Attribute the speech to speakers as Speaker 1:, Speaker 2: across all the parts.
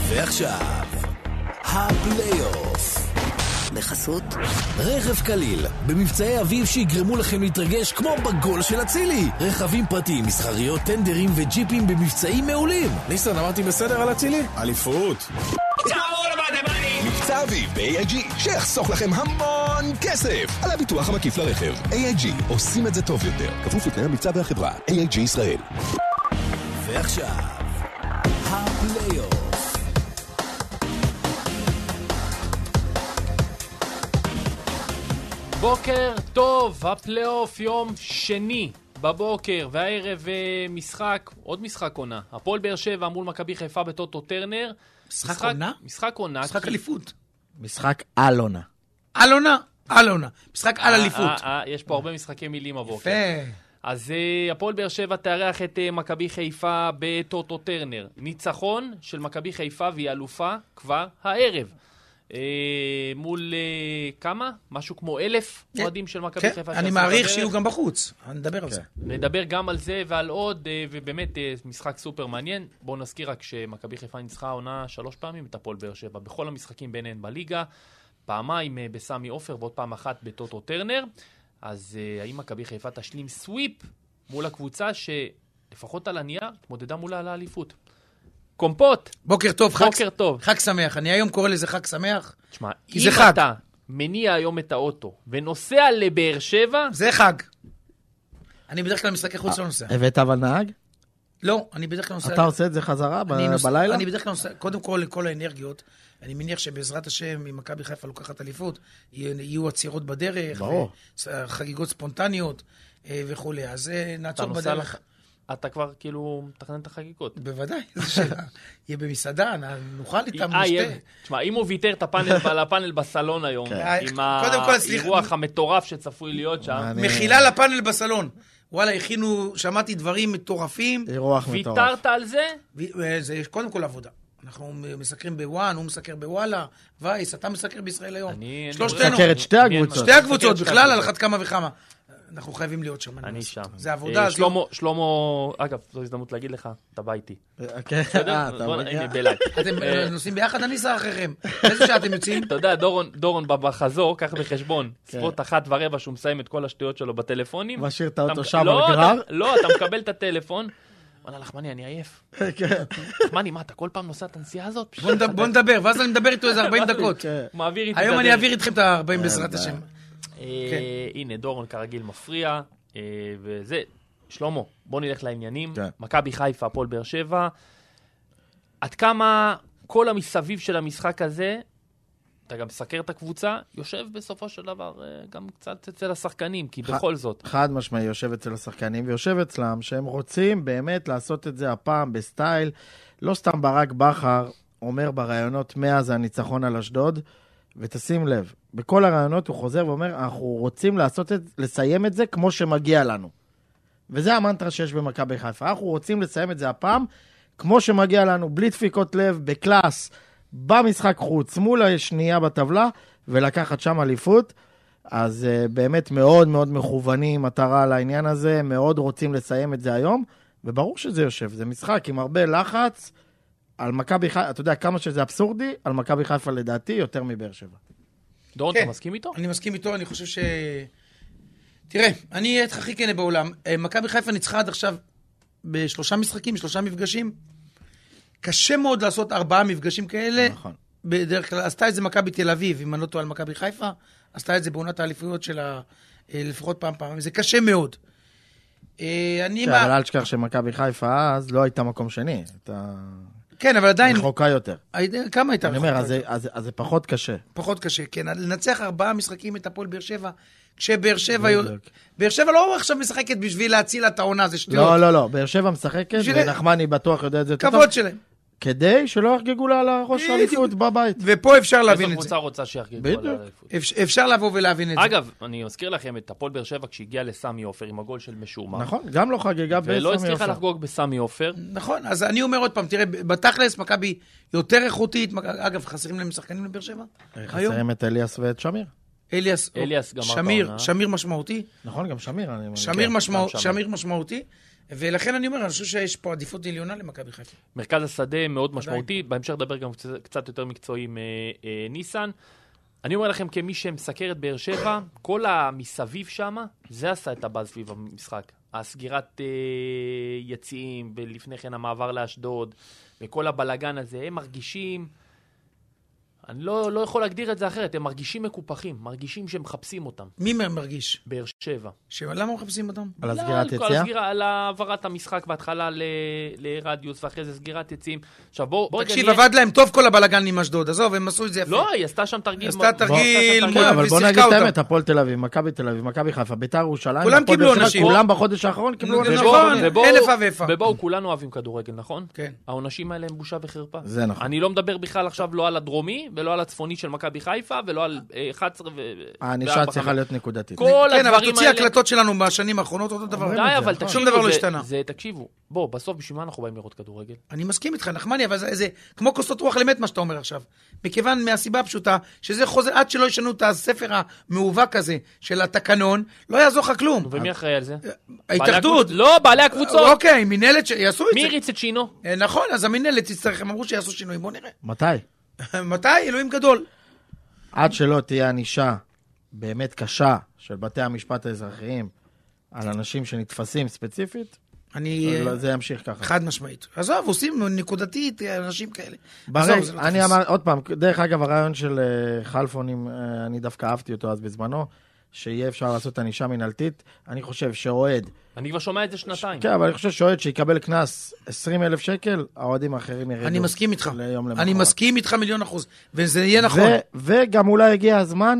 Speaker 1: ועכשיו, הפלייאוף.
Speaker 2: בחסות
Speaker 1: רכב קליל, במבצעי אביב שיגרמו לכם להתרגש כמו בגול של אצילי. רכבים פרטיים, מסחריות, טנדרים וג'יפים במבצעים מעולים.
Speaker 3: ניסן, אמרתי בסדר על אצילי?
Speaker 4: אליפות.
Speaker 5: מבצע אביב ב-AIG, שיחסוך לכם המון כסף על הביטוח המקיף לרכב. AIG, עושים את זה טוב יותר. כפוף לתנאי המבצע והחברה. AIG ישראל.
Speaker 1: ועכשיו, הפלייאוף.
Speaker 6: בוקר טוב, הפלייאוף יום שני בבוקר, והערב אה, משחק, עוד משחק עונה. הפועל באר שבע מול מכבי חיפה בטוטו טרנר.
Speaker 7: משחק עונה?
Speaker 6: משחק עונה.
Speaker 7: משחק
Speaker 6: כי-
Speaker 7: אליפות.
Speaker 2: משחק על עונה.
Speaker 7: על עונה, על עונה. משחק על
Speaker 6: אה,
Speaker 7: אליפות.
Speaker 6: אה, אה, יש פה הרבה משחקי מילים הבוקר.
Speaker 2: כן.
Speaker 7: יפה.
Speaker 6: אז אה, הפועל באר שבע תארח את אה, מכבי חיפה בטוטו טרנר. ניצחון של מכבי חיפה והיא אלופה כבר הערב. אה, מול אה, כמה? משהו כמו אלף
Speaker 7: כן.
Speaker 6: אוהדים של מכבי
Speaker 7: כן,
Speaker 6: חיפה.
Speaker 7: אני
Speaker 6: שעשו
Speaker 7: מעריך
Speaker 6: בדרך.
Speaker 7: שיהיו גם בחוץ. נדבר על זה.
Speaker 2: כן.
Speaker 6: נדבר גם על זה ועל עוד, אה, ובאמת אה, משחק סופר מעניין. בואו נזכיר רק שמכבי חיפה ניצחה העונה שלוש פעמים את הפועל באר שבע, בכל המשחקים ביניהן בליגה, פעמיים אה, בסמי עופר ועוד פעם אחת בטוטו טרנר. אז אה, האם מכבי חיפה תשלים סוויפ מול הקבוצה שלפחות על הנייר התמודדה מולה על האליפות? קומפוט,
Speaker 7: בוקר טוב, חג
Speaker 6: בוקר טוב.
Speaker 7: חג שמח. אני היום קורא לזה חג שמח.
Speaker 6: תשמע,
Speaker 7: כי
Speaker 6: אם
Speaker 7: זה חג.
Speaker 6: אתה מניע היום את האוטו ונוסע לבאר שבע,
Speaker 7: זה חג. אני בדרך כלל משחקי חוץ לא נוסע.
Speaker 2: אה, הבאת אבל נהג?
Speaker 7: לא, אני בדרך כלל נוסע...
Speaker 2: אתה עושה את זה חזרה ב-
Speaker 7: אני נוס-
Speaker 2: בלילה?
Speaker 7: אני בדרך כלל נוסע, קודם כל, לכל האנרגיות. אני מניח שבעזרת השם, אם מכבי חיפה לוקחת אליפות, יהיו יהיו עצירות בדרך.
Speaker 2: ברור.
Speaker 7: ו- אה, חגיגות ספונטניות אה, וכולי. אז אה,
Speaker 6: אתה
Speaker 7: נעצור
Speaker 6: נוסע
Speaker 7: בדרך.
Speaker 6: לך... אתה כבר כאילו מתכנן את החגיגות.
Speaker 7: בוודאי, זו שאלה. יהיה במסעדה, נ- נאכל איתם,
Speaker 6: אה,
Speaker 7: נשתה.
Speaker 6: יהיה- תשמע, אם הוא ויתר את הפאנל, על הפאנל בסלון היום, עם
Speaker 7: כן. קודם כל, סליחה.
Speaker 6: האירוח המטורף שצפוי להיות שם,
Speaker 2: אני-
Speaker 7: מחילה לפאנל בסלון. וואלה, הכינו, שמעתי דברים מטורפים.
Speaker 2: אירוח מטורף.
Speaker 6: ויתרת על זה?
Speaker 7: ו- אה, זה קודם כל עבודה. אנחנו מסקרים בוואן, הוא מסקר בוואלה, וייס, אתה מסקר בישראל היום.
Speaker 6: אני...
Speaker 7: שלושתנו.
Speaker 2: חכה, את שתי
Speaker 6: אני-
Speaker 2: הקבוצות.
Speaker 7: שתי הקבוצות,
Speaker 6: מסתכל על שתי
Speaker 7: בכלל, על
Speaker 6: הקבוצות.
Speaker 7: אחת כמה וכמה. אנחנו חייבים להיות שם. אין מה
Speaker 6: אני
Speaker 7: לעשות.
Speaker 6: שם.
Speaker 7: זה
Speaker 6: אה,
Speaker 7: עבודה, אז לא-
Speaker 6: שלמה, שלמה, אגב, זו הזדמנות להגיד לך, אתה בא איתי.
Speaker 2: כן, אה, אתה
Speaker 6: בוא,
Speaker 2: מגיע?
Speaker 6: הנה, בלעד.
Speaker 7: אתם אה, נוסעים ביחד, אני שר אחריכם. איזה שעה אתם יוצאים?
Speaker 6: אתה יודע, דורון, דורון בחזור, קח בחשבון, ספורט אחת ורבע שהוא מסיים את כל השטויות שלו בטלפונים.
Speaker 2: משאיר כן. את
Speaker 6: אתה
Speaker 2: האוטו
Speaker 6: מק-
Speaker 2: שם
Speaker 6: לא,
Speaker 2: על גרר?
Speaker 6: אתה- לא, אתה מקבל את הטלפון. וואלה, לחמני, אני עייף.
Speaker 2: כן,
Speaker 6: לחמני, מה, אתה כל פעם נוסע את הנסיעה הזאת?
Speaker 7: בוא נד- בוא נדבר, ואז אני מדבר איתו איזה 40 דקות.
Speaker 2: כן.
Speaker 6: מעביר איתי את
Speaker 7: היום אני
Speaker 6: הדרך.
Speaker 7: אעביר איתכם את ה-40 בעזרת השם.
Speaker 6: אה,
Speaker 7: כן.
Speaker 6: הנה, דורון כרגיל מפריע, אה, וזה. שלמה, בוא נלך לעניינים.
Speaker 2: כן.
Speaker 6: מכבי חיפה, הפועל באר שבע. עד כמה כל המסביב של המשחק הזה, אתה גם מסקר את הקבוצה, יושב בסופו של דבר אה, גם קצת אצל השחקנים, כי בכל זאת.
Speaker 2: חד משמעי, יושב אצל השחקנים ויושב אצלם, שהם רוצים באמת לעשות את זה הפעם בסטייל. לא סתם ברק בכר אומר בראיונות מאז הניצחון על אשדוד, ותשים לב, בכל הראיונות הוא חוזר ואומר, אנחנו רוצים לעשות את, לסיים את זה כמו שמגיע לנו. וזה המנטרה שיש במכבי חיפה. אנחנו רוצים לסיים את זה הפעם כמו שמגיע לנו, בלי דפיקות לב, בקלאס, במשחק חוץ, מול השנייה בטבלה, ולקחת שם אליפות. אז uh, באמת מאוד מאוד מכוונים מטרה לעניין הזה, מאוד רוצים לסיים את זה היום, וברור שזה יושב, זה משחק עם הרבה לחץ על מכבי חיפה, אתה יודע כמה שזה אבסורדי, על מכבי חיפה לדעתי יותר מבאר שבע.
Speaker 6: דורון,
Speaker 7: כן.
Speaker 6: אתה מסכים איתו?
Speaker 7: אני מסכים איתו, אני חושב ש... תראה, אני אהיה איתך הכי כנה בעולם. אה, מכבי חיפה ניצחה עד עכשיו בשלושה משחקים, שלושה מפגשים. קשה מאוד לעשות ארבעה מפגשים כאלה.
Speaker 2: נכון.
Speaker 7: בדרך כלל, עשתה את זה מכבי תל אביב, אם אני לא טועה על מכבי חיפה, עשתה את זה בעונת האליפויות שלה אה, לפחות פעם פעמיים. זה קשה מאוד. אה, אני...
Speaker 2: כן,
Speaker 7: מה-
Speaker 2: אבל אל תשכח שמכבי חיפה אז לא הייתה מקום שני, הייתה
Speaker 7: כן, אבל עדיין...
Speaker 2: רחוקה יותר.
Speaker 7: הייתה- כמה הייתה?
Speaker 2: אני אומר,
Speaker 7: רחוקה?
Speaker 2: אז זה- אז אז זה פחות קשה.
Speaker 7: פחות קשה, כן. לנצח ארבעה משחקים את הפועל באר שבע, כשבאר שבע... יו- באר שבע לא עכשיו משחקת בשביל להציל את העונה, זה שטויות.
Speaker 2: לא, לא, לא, באר שבע משחקת,
Speaker 7: בשביל-
Speaker 2: ונחמני בטוח יודע את זה יותר טוב,
Speaker 7: כבוד שלהם.
Speaker 2: כדי שלא יחגגו לה על הראש
Speaker 7: בדיוק.
Speaker 2: האליפות בבית.
Speaker 7: ופה אפשר להבין
Speaker 6: איזו
Speaker 7: לא את זה.
Speaker 6: קבוצה רוצה שיחגגו
Speaker 2: בדיוק.
Speaker 6: על האליפות?
Speaker 7: אפ- אפשר לבוא ולהבין את זה.
Speaker 6: אגב, אני אזכיר לכם את הפועל באר שבע כשהגיע לסמי עופר עם הגול של משורמן.
Speaker 2: נכון, גם לא חגגה בסמי
Speaker 6: ולא הצליחה
Speaker 2: עופר.
Speaker 6: לחגוג בסמי עופר.
Speaker 7: נכון, אז אני אומר עוד פעם, תראה, בתכלס מכבי יותר איכותית. מכ- אגב, חסרים להם שחקנים לבאר שבע? היום?
Speaker 2: חסרים את אליאס ואת שמיר.
Speaker 7: אליאס,
Speaker 6: אה,
Speaker 7: אוקיי.
Speaker 6: אליאס גמר את
Speaker 7: שמיר,
Speaker 6: העונה. כן,
Speaker 7: שמיר משמעותי.
Speaker 2: נכון, גם שמיר, אני...
Speaker 7: שמיר, משמעו,
Speaker 6: גם שמיר.
Speaker 7: שמיר משמעותי, ולכן אני אומר, אני חושב שיש פה עדיפות עליונה למכבי חיפה.
Speaker 6: מרכז השדה מאוד משמעותי, בהמשך נדבר גם קצת- קצת יותר מקצועי עם אה, אה, ניסן. אני אומר לכם, כמי שמסקר את באר שבע, כל המסביב שם, זה עשה את הבאז סביב המשחק. הסגירת אה, יציאים, ולפני כן המעבר לאשדוד, וכל הבלגן הזה, הם מרגישים... אני לא, לא יכול להגדיר את זה אחרת, הם מרגישים מקופחים, מרגישים שמחפשים אותם.
Speaker 7: מי מהם מרגיש?
Speaker 6: באר שבע.
Speaker 7: ש- למה מחפשים אותם?
Speaker 2: על
Speaker 6: לא,
Speaker 2: הסגירת
Speaker 6: כל
Speaker 2: יציאה?
Speaker 6: הסגירה, על העברת המשחק בהתחלה ל- לרדיוס, ואחרי זה סגירת יציאים. עכשיו בואו... בואו
Speaker 7: תקשיב,
Speaker 6: נדמיין-
Speaker 7: עבד להם טוב כל הבלגן עם אשדוד, עזוב, הם עשו את זה יפה.
Speaker 6: לא, היא עשתה שם תרגיל...
Speaker 7: עשתה
Speaker 6: מאוד-
Speaker 7: תרגיל,
Speaker 6: עשתה שם
Speaker 7: מה,
Speaker 2: כן, אבל בוא
Speaker 7: ושיחקה
Speaker 2: נגיד את
Speaker 7: אותם.
Speaker 2: האמת, הפועל תל אביב, מכבי תל אביב, מכבי חיפה, ביתר ירושלים,
Speaker 7: כולם
Speaker 2: הפועל
Speaker 7: קיבלו
Speaker 2: באר שבע,
Speaker 7: אנשים.
Speaker 2: כולם בחודש האחרון קיבלו
Speaker 7: זה
Speaker 2: עונשים.
Speaker 7: נכון.
Speaker 2: נכונים.
Speaker 6: ובואו-
Speaker 7: אלף ואיפה.
Speaker 6: ובואו, כולנו אוהבים כדורגל, נכון?
Speaker 7: כן.
Speaker 6: העונשים האלה הם בושה וחרפה.
Speaker 2: זה נכון.
Speaker 6: אני לא מדבר בכלל עכשיו לא על הדרומי, ולא על הצפוני של מכבי חיפה, ולא על אה, 11 ו...
Speaker 2: הענישה
Speaker 6: וארבע,
Speaker 2: צריכה
Speaker 6: חמש.
Speaker 2: להיות נקודתית.
Speaker 6: כל הדברים
Speaker 7: כן,
Speaker 6: לא האלה...
Speaker 7: אבל תוציא הקלטות שלנו בשנים האחרונות, אותו דבר.
Speaker 2: אומרים
Speaker 6: די,
Speaker 2: את זה,
Speaker 6: אבל
Speaker 2: נכון.
Speaker 6: תקשיבו,
Speaker 7: שום דבר לא
Speaker 6: זה-
Speaker 7: השתנה. אה,
Speaker 6: זה, תקשיבו, בואו, בסוף בשביל מה אנחנו באים לראות כדורגל?
Speaker 7: אני מסכים איתך, נחמני, אבל זה, זה כמו כוסות רוח למת מה שאתה אומר עכשיו. מכיוון, מהסיבה הפשוטה, שזה חוזר, עד שלא ישנו את הספר המאובק הזה של התקנון, לא יעזור לך כלום.
Speaker 6: ומי אחראי על זה? בעלי
Speaker 7: אה, ההתאחדות.
Speaker 6: הקבוצ- לא, בעלי הקבוצות.
Speaker 7: אוקיי, מינהלת שיעשו את
Speaker 6: מי
Speaker 7: זה.
Speaker 6: הריץ את שינו?
Speaker 7: אה, נכון, אז המינהלת תצטרך, הם אמרו שיעשו שינוי, בוא נראה.
Speaker 2: מתי?
Speaker 7: מתי? אלוהים גדול.
Speaker 2: עד שלא תהיה ענישה באמת קשה של בתי המשפט האזרחיים על אנשים שנתפסים ספציפית,
Speaker 7: אני...
Speaker 2: לא, זה ימשיך ככה.
Speaker 7: חד משמעית. עזוב, עושים נקודתית אה, אנשים כאלה.
Speaker 2: ברי,
Speaker 7: עזוב, זה לא
Speaker 2: אני
Speaker 7: תופס.
Speaker 2: אמר, עוד פעם, דרך אגב, הרעיון של אה, חלפון, אם, אה, אני דווקא אהבתי אותו אז בזמנו, שיהיה אפשר לעשות ענישה מינהלתית. אני חושב שאוהד,
Speaker 6: אני כבר שומע את זה שנתיים.
Speaker 2: כן, אבל אני חושב שאוהד שיקבל קנס 20 אלף שקל, האוהדים האחרים ירדו.
Speaker 7: אני מסכים איתך.
Speaker 2: ליום למחרת.
Speaker 7: אני מסכים איתך מיליון אחוז. וזה יהיה נכון.
Speaker 2: ו- וגם אולי הגיע הזמן,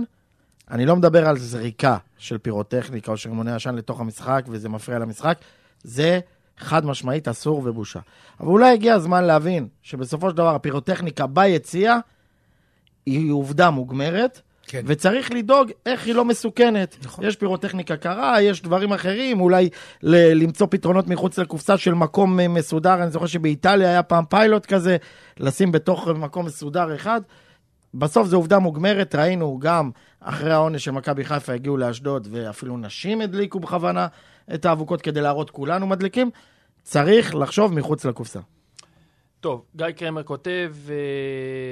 Speaker 2: אני לא מדבר על זריקה של פירוטכניקה או של רימוני עשן לתוך המשחק, וזה מפריע למשחק, זה חד משמעית אסור ובושה. אבל אולי הגיע הזמן להבין שבסופו של דבר הפירוטכניקה ביציאה היא עובדה מוגמרת.
Speaker 7: כן.
Speaker 2: וצריך לדאוג איך היא לא מסוכנת. נכון. יש פירוטכניקה קרה, יש דברים אחרים, אולי ל- למצוא פתרונות מחוץ לקופסה של מקום אה, מסודר. אני זוכר שבאיטליה היה פעם פיילוט כזה, לשים בתוך מקום מסודר אחד. בסוף זו עובדה מוגמרת, ראינו גם אחרי העונש של מכבי חיפה הגיעו לאשדוד, ואפילו נשים הדליקו בכוונה את האבוקות כדי להראות כולנו מדליקים. צריך לחשוב מחוץ לקופסה.
Speaker 6: טוב, גיא קרמר כותב אה,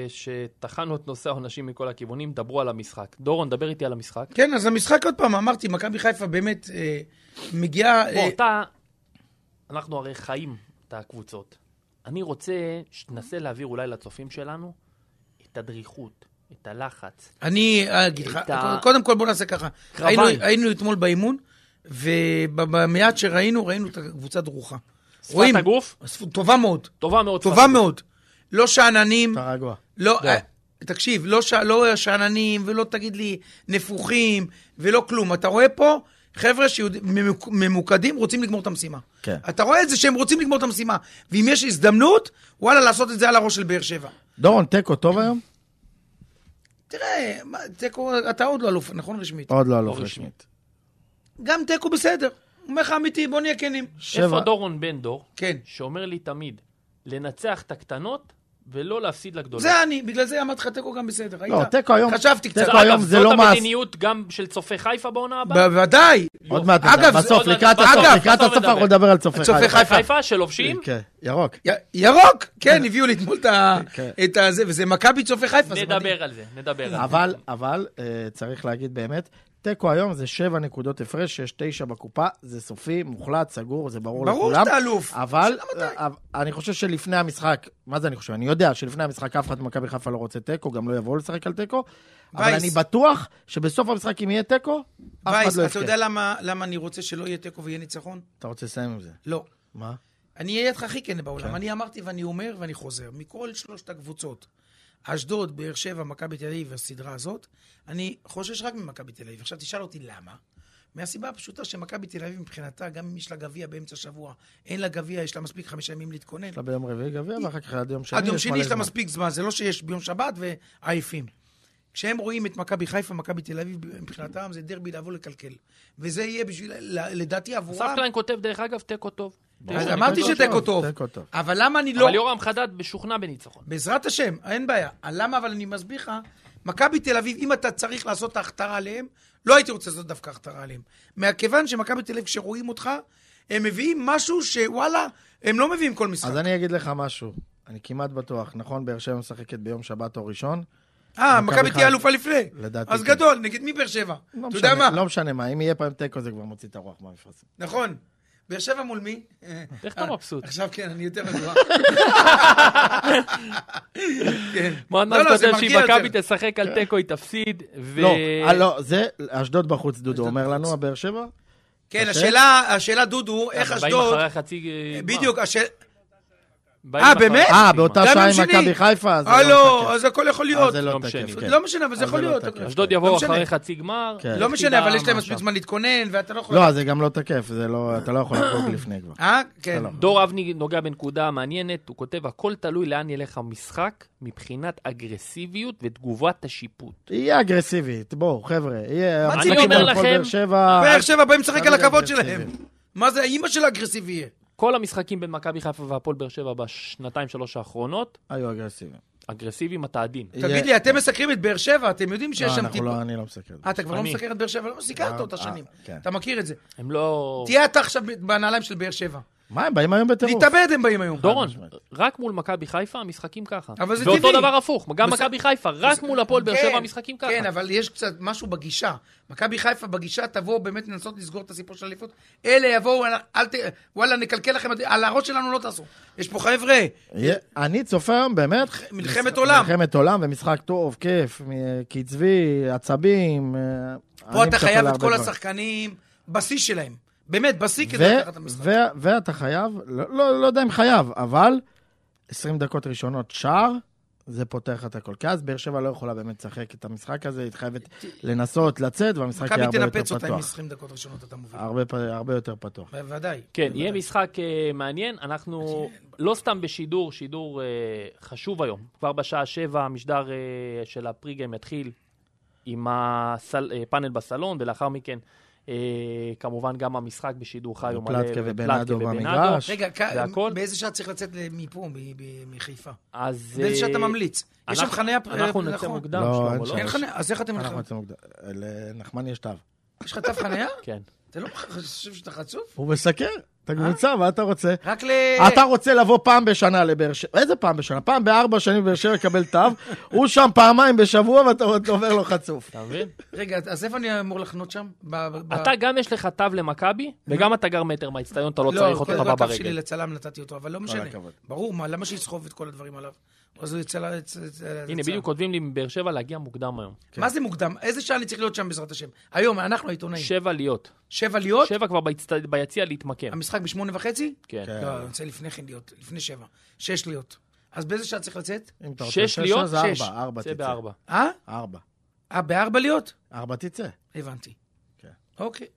Speaker 6: שטחנו את נושא העונשים מכל הכיוונים, דברו על המשחק. דורון, דבר איתי על המשחק.
Speaker 7: כן, אז המשחק עוד פעם, אמרתי, מכבי חיפה באמת אה, מגיעה...
Speaker 6: בוא,
Speaker 7: אה,
Speaker 6: אתה, אנחנו הרי חיים את הקבוצות. אני רוצה שתנסה להעביר אולי לצופים שלנו את הדריכות, את הלחץ.
Speaker 7: אני אה, אגיד לך,
Speaker 6: את ה-
Speaker 7: קודם כל בוא נעשה ככה.
Speaker 6: קרביים.
Speaker 7: היינו- היינו אתמול באימון, ובמעט שראינו, ראינו את הקבוצה דרוכה. רואים-
Speaker 6: הגוף?
Speaker 7: שפת- טובה מאוד,
Speaker 6: טובה מאוד.
Speaker 7: טובה
Speaker 6: שפת הגוף.
Speaker 7: מאוד. לא שאננים,
Speaker 2: אתה רגוע.
Speaker 7: לא... אה, תקשיב, לא ש- לא שאננים, ולא תגיד לי נפוחים, ולא כלום. אתה רואה פה חבר'ה שממוקדים, רוצים לגמור את המשימה.
Speaker 2: כן.
Speaker 7: אתה רואה את זה שהם רוצים לגמור את המשימה. ואם יש הזדמנות, וואלה, לעשות את זה על הראש של באר שבע.
Speaker 2: דורון, תיקו טוב היום?
Speaker 7: תראה, מה, תיקו, אתה עוד לא אלוף, נכון רשמית?
Speaker 2: עוד לא הלוך
Speaker 6: רשמי.
Speaker 2: רשמית.
Speaker 7: גם תיקו בסדר. הוא אומר לך אמיתי, בוא נהיה כנים.
Speaker 6: איפה
Speaker 2: שבע.
Speaker 6: דורון בן דור,
Speaker 7: כן.
Speaker 6: שאומר לי תמיד, לנצח את הקטנות ולא להפסיד לגדולות.
Speaker 7: זה אני, בגלל זה אמרתי לך תיקו גם בסדר.
Speaker 2: לא,
Speaker 7: ראית?
Speaker 2: תיקו היום,
Speaker 7: חשבתי קצת.
Speaker 2: תיקו היום
Speaker 6: אגב,
Speaker 2: זה לא
Speaker 6: זאת
Speaker 2: מס.
Speaker 6: המדיניות גם של צופי חיפה בעונה הבאה?
Speaker 7: בוודאי.
Speaker 2: עוד מעט,
Speaker 7: אגב,
Speaker 2: נדבר.
Speaker 7: זה-
Speaker 2: בסוף,
Speaker 6: עוד מעט-
Speaker 2: לקראת הסוף,
Speaker 7: אגב,
Speaker 2: לקראת
Speaker 6: בסוף
Speaker 2: הסוף אנחנו
Speaker 6: נדבר.
Speaker 2: נדבר על צופי
Speaker 7: צופי
Speaker 2: חיפה.
Speaker 7: חיפה.
Speaker 6: חיפה שלובשים?
Speaker 2: כן, ירוק.
Speaker 7: י- ירוק, כן, הביאו לי אתמול את ה-
Speaker 2: כן.
Speaker 7: את הזה, וזה מכבי צופי חיפה. זה מדהים.
Speaker 6: נדבר על זה, נדבר על זה.
Speaker 2: אבל, אבל, אה, צריך להגיד באמת, תיקו היום זה שבע נקודות הפרש, שיש תשע בקופה, זה סופי, מוחלט, סגור, זה ברור לכולם.
Speaker 7: ברור שאתה אלוף.
Speaker 2: אבל אה, אה, אני חושב שלפני המשחק, מה זה אני חושב? אני יודע שלפני המשחק אף אחד ממכבי חיפה לא רוצה תיקו, גם לא יבואו לשחק על תיקו, אבל
Speaker 7: וייס.
Speaker 2: אני בטוח שבסוף המשחק, אם יהיה תיקו, אף אחד
Speaker 7: וייס,
Speaker 2: לא
Speaker 7: אתה
Speaker 2: יבכה.
Speaker 7: יודע למה למה אני רוצה שלא יהיה תיקו ויהיה ניצחון?
Speaker 2: אתה רוצה לסיים עם זה?
Speaker 7: לא.
Speaker 2: מה?
Speaker 7: אני אהיה איתך הכי כן בעולם. אני אמרתי ואני אומר ואני חוזר. מכל שלושת הקבוצות, אשדוד, באר שבע, מכבי תל אביב והסדרה הזאת, אני חושש רק ממכבי תל אביב. עכשיו תשאל אותי למה. מהסיבה הפשוטה שמכבי תל אביב מבחינתה, גם אם יש לה גביע באמצע השבוע, אין לה גביע, יש לה מספיק חמישה ימים להתכונן.
Speaker 2: אתה ביום רביעי גביע, ואחר כך עד יום שני.
Speaker 7: עד יום
Speaker 2: מלא
Speaker 7: שני יש לה
Speaker 2: זמן.
Speaker 7: מספיק זמן, זה לא שיש ביום שבת ועייפים. כשהם רואים את מכבי חיפה, מכבי תל אביב, מבחינתם זה דרבי לבוא לקלקל. וזה יהיה בשביל, לדעתי
Speaker 6: אסף
Speaker 7: עבורם,
Speaker 6: קליין לא כותב, דרך אגב, תיקו טוב.
Speaker 7: אז אמרתי שתיקו טוב.
Speaker 2: תיקו טוב.
Speaker 7: אבל למה אני לא...
Speaker 6: אבל יורם חדד משוכנע בניצחון.
Speaker 7: בעזרת השם, אין בעיה. למה אבל אני מסביר לך, מכבי תל אביב, אם אתה צריך לעשות את ההכתרה עליהם, לא הייתי רוצה לעשות דווקא הכתרה עליהם. מכיוון שמכבי תל אביב, כשרואים אותך, הם מביאים משהו שוואלה, הם לא מביאים כל משחק.
Speaker 2: אז אני אגיד לך משהו, אני כמעט בטוח, נכון, באר שבע משחקת ביום שבת או ראשון?
Speaker 7: אה,
Speaker 2: מכבי
Speaker 7: מכבי תהיה
Speaker 2: חיפה.
Speaker 7: אלופה לפני.
Speaker 2: לדעתי
Speaker 7: אז
Speaker 2: כן.
Speaker 7: גדול, נגד מי באר שבע?
Speaker 2: לא
Speaker 7: אתה יודע
Speaker 2: משנה-
Speaker 7: מה?
Speaker 2: לא משנה מה, אם יהיה פעם תיקו זה כבר מוציא את הרוח מהמפרצת.
Speaker 7: נכון. באר שבע מול מי?
Speaker 6: איך אתה מבסוט?
Speaker 7: עכשיו כן, אני יותר רגוע. כן.
Speaker 6: מועדמן
Speaker 7: לא, לא, זה אה.
Speaker 6: כותב
Speaker 7: מרגיע
Speaker 6: שאם מכבי
Speaker 7: יותר.
Speaker 6: תשחק על תיקו היא תפסיד, ו...
Speaker 2: לא, אה, לא, זה, אשדוד בחוץ, דודו
Speaker 7: אשדוד
Speaker 2: אומר
Speaker 7: בחוץ.
Speaker 2: לנו, הבאר שבע?
Speaker 7: כן,
Speaker 2: אוקיי.
Speaker 7: השאלה, השאלה, דודו, איך
Speaker 6: באים
Speaker 7: אשדוד...
Speaker 6: אחרי החצי... אה, גמר.
Speaker 7: בדיוק, השאלה...
Speaker 6: באים
Speaker 7: אה,
Speaker 6: אחרי
Speaker 7: באמת?
Speaker 6: החצי
Speaker 2: אה,
Speaker 6: גמר.
Speaker 2: באותה
Speaker 7: גם
Speaker 2: שעה
Speaker 7: יום
Speaker 2: עם
Speaker 7: שני.
Speaker 2: מכבי חיפה? אז זה לא
Speaker 7: הלו,
Speaker 2: תקף.
Speaker 7: אה, אז הכל יכול
Speaker 2: אה,
Speaker 7: להיות.
Speaker 2: זה לא
Speaker 6: לא
Speaker 2: תקף,
Speaker 6: משנה.
Speaker 2: כן.
Speaker 7: לא משנה, אבל זה
Speaker 2: אז
Speaker 7: יכול
Speaker 2: זה לא
Speaker 7: להיות.
Speaker 2: תקף.
Speaker 7: אבל-
Speaker 6: אשדוד
Speaker 7: לא
Speaker 6: יבואו
Speaker 7: משנה.
Speaker 6: אחרי חצי גמר.
Speaker 2: כן.
Speaker 7: לא
Speaker 6: לך
Speaker 7: משנה,
Speaker 6: תדע
Speaker 7: אבל יש להם
Speaker 6: מה
Speaker 7: מספיק
Speaker 6: שם.
Speaker 7: זמן להתכונן, ואתה לא יכול...
Speaker 2: לא, זה גם לא תקף, זה לא, אתה לא יכול לחגוג לפני כבר.
Speaker 7: אה? כן.
Speaker 2: שלום.
Speaker 6: דור אבני נוגע בנקודה מעניינת, הוא כותב, הכל תלוי לאן ילך המשחק מבחינת אגרסיביות ותגובת השיפוט.
Speaker 2: יהיה אגרסיבי, בואו, חבר'ה, יהיה...
Speaker 7: מה
Speaker 6: אני
Speaker 2: המשחקים
Speaker 6: אומר
Speaker 2: על הפועל
Speaker 6: לכם-
Speaker 2: באר
Speaker 6: אה,
Speaker 2: שבע...
Speaker 7: באר שבע באים לשחק
Speaker 2: אני
Speaker 7: על
Speaker 2: יודע,
Speaker 7: הכבוד
Speaker 2: אגרסיבי.
Speaker 7: שלהם. מה זה, אימא של האגרסיבי יהיה.
Speaker 6: כל המשחקים בין מכבי חיפה והפועל באר שבע בשנתיים שלוש האחרונות,
Speaker 2: היו אגרסיביים.
Speaker 6: אגרסיביים אתה עדין.
Speaker 7: תגיד לי, אתם מסקרים את באר שבע, אתם יודעים שיש
Speaker 2: לא,
Speaker 7: שם
Speaker 2: אנחנו
Speaker 7: טיפה...
Speaker 2: לא, אני לא מסתכל.
Speaker 7: אה, אתה כבר לא
Speaker 6: אני.
Speaker 7: מסקר את באר שבע? לא, סיקרת אותה
Speaker 2: אה,
Speaker 7: שנים.
Speaker 2: כן.
Speaker 7: אתה מכיר את זה.
Speaker 6: הם לא...
Speaker 7: תהיה אתה עכשיו בנעליים של באר שבע.
Speaker 2: מה, הם באים היום בטירוף?
Speaker 7: להתאבד הם באים היום.
Speaker 6: דורון,
Speaker 2: משמעית.
Speaker 6: רק מול מכבי חיפה המשחקים ככה.
Speaker 7: אבל זה
Speaker 6: ואותו
Speaker 7: טבעי.
Speaker 6: דבר הפוך, גם
Speaker 7: בסדר.
Speaker 6: מכבי חיפה, רק מול הפועל באר
Speaker 7: כן,
Speaker 6: שבע המשחקים ככה.
Speaker 7: כן, אבל יש קצת משהו בגישה. מכבי חיפה בגישה תבוא באמת לנסות לסגור את הסיפור של האליפות. אלה יבואו, אל- אל ת... וואלה, נקלקל לכם, את- על הראש שלנו לא תעשו. יש פה חבר'ה,
Speaker 2: יהיה- אני צופה היום באמת...
Speaker 7: מלחמת
Speaker 2: משחק-
Speaker 7: עולם.
Speaker 2: מלחמת עולם ומשחק טוב, כיף, מ- קצבי, עצבים. אה,
Speaker 7: פה
Speaker 2: אני
Speaker 7: אתה
Speaker 2: מצפה
Speaker 7: חייב את
Speaker 2: להרבה
Speaker 7: כל
Speaker 2: דברים.
Speaker 7: השחקנים בשיא שלהם. באמת, בשיא
Speaker 2: ו-
Speaker 7: כדי לקחת את המשחק.
Speaker 2: ו- ואתה חייב, לא- לא לא יודע אם חייב, אבל 20 דקות ראשונות שער, זה פותח לך את הכל. כי אז באר שבע לא יכולה באמת לשחק את המשחק הזה, היא חייבת לנסות לצאת, והמשחק יהיה
Speaker 7: מכבי
Speaker 2: הרבה יותר
Speaker 7: תנפץ אותה עם
Speaker 2: פתוח.
Speaker 7: 20 דקות ראשונות אתה מוביל.
Speaker 2: הרבה פ- הרבה יותר פתוח.
Speaker 7: בוודאי.
Speaker 6: כן, יהיה משחק אה, מעניין. אנחנו לא סתם בשידור, שידור אה, חשוב היום. כבר בשעה שבע המשדר אה, של הפריגם יתחיל עם הפאנל בסלון, ולאחר מכן, אה, כמובן, גם המשחק בשידור חי ומלא.
Speaker 2: פלטקה ובנאדו
Speaker 6: ובנאדו.
Speaker 2: במגרש.
Speaker 7: רגע, כ-
Speaker 6: והכל?
Speaker 7: באיזה שעה צריך לצאת מפה, מ- מ- מחיפה?
Speaker 6: אז...
Speaker 7: באיזה שעה אתה
Speaker 6: אה,
Speaker 7: ממליץ? יש שם
Speaker 6: אנחנו-
Speaker 7: חניה...
Speaker 6: אנחנו
Speaker 7: אה,
Speaker 6: נצא
Speaker 7: נכון.
Speaker 6: מוקדם,
Speaker 2: לא,
Speaker 6: שלמה,
Speaker 2: אין שם.
Speaker 6: לא?
Speaker 7: אין חניה, אז איך אתם
Speaker 2: אנחנו
Speaker 7: נלחמים?
Speaker 2: יוצאים מוקדם. לנחמן יש תו.
Speaker 7: יש לך תו חניה?
Speaker 6: כן.
Speaker 7: אתה לא חושב שאתה חצוף?
Speaker 2: הוא מסקר את
Speaker 7: אה?
Speaker 2: הקבוצה, מה אתה רוצה?
Speaker 7: רק ל...
Speaker 2: אתה רוצה לבוא פעם בשנה לבאר שבע, איזה פעם בשנה? פעם בארבע שנים בבאר שבע לקבל תו, הוא שם פעמיים בשבוע ואתה אומר לו חצוף.
Speaker 6: אתה מבין?
Speaker 7: רגע, אז איפה אני אמור לחנות שם? ב- ב- ב-
Speaker 6: אתה לא גם יש לך תו למכבי, וגם אתה גר מטר מהאצטדיון, אתה לא צריך אותו,
Speaker 2: אוקיי,
Speaker 7: קודם
Speaker 6: אתה
Speaker 7: כל
Speaker 6: בא
Speaker 7: התו שלי
Speaker 6: ברגל.
Speaker 7: לצלם נתתי אותו, אבל לא משנה.
Speaker 2: הכבוד.
Speaker 7: ברור, מה, למה שיסחוב את כל הדברים עליו? אז הוא יצלם...
Speaker 6: הנה, בדיוק כותבים לי מבאר שבע להגיע מוקדם היום.
Speaker 7: מה זה מוקדם? איזה שעה אני צריך להיות שם בעזרת השם? היום, אנחנו העיתונאים.
Speaker 6: שבע להיות.
Speaker 7: שבע להיות?
Speaker 6: שבע כבר בהצט- ביציע להתמקם.
Speaker 7: המשחק בשמונה וחצי?
Speaker 6: כן.
Speaker 7: לא, אני רוצה לפני כן להיות, לפני שבע. שש להיות. אז באיזה שעה צריך לצאת?
Speaker 2: אם אתה
Speaker 6: שש
Speaker 2: רוצה שש,
Speaker 6: להיות?
Speaker 2: אז
Speaker 7: שש.
Speaker 2: ארבע, ארבע
Speaker 6: צא
Speaker 2: תצא.
Speaker 6: בארבע.
Speaker 7: אה?
Speaker 2: ארבע.
Speaker 7: אה, בארבע להיות?
Speaker 2: ארבע תצא.
Speaker 7: הבנתי.
Speaker 2: כן.
Speaker 7: אוקיי.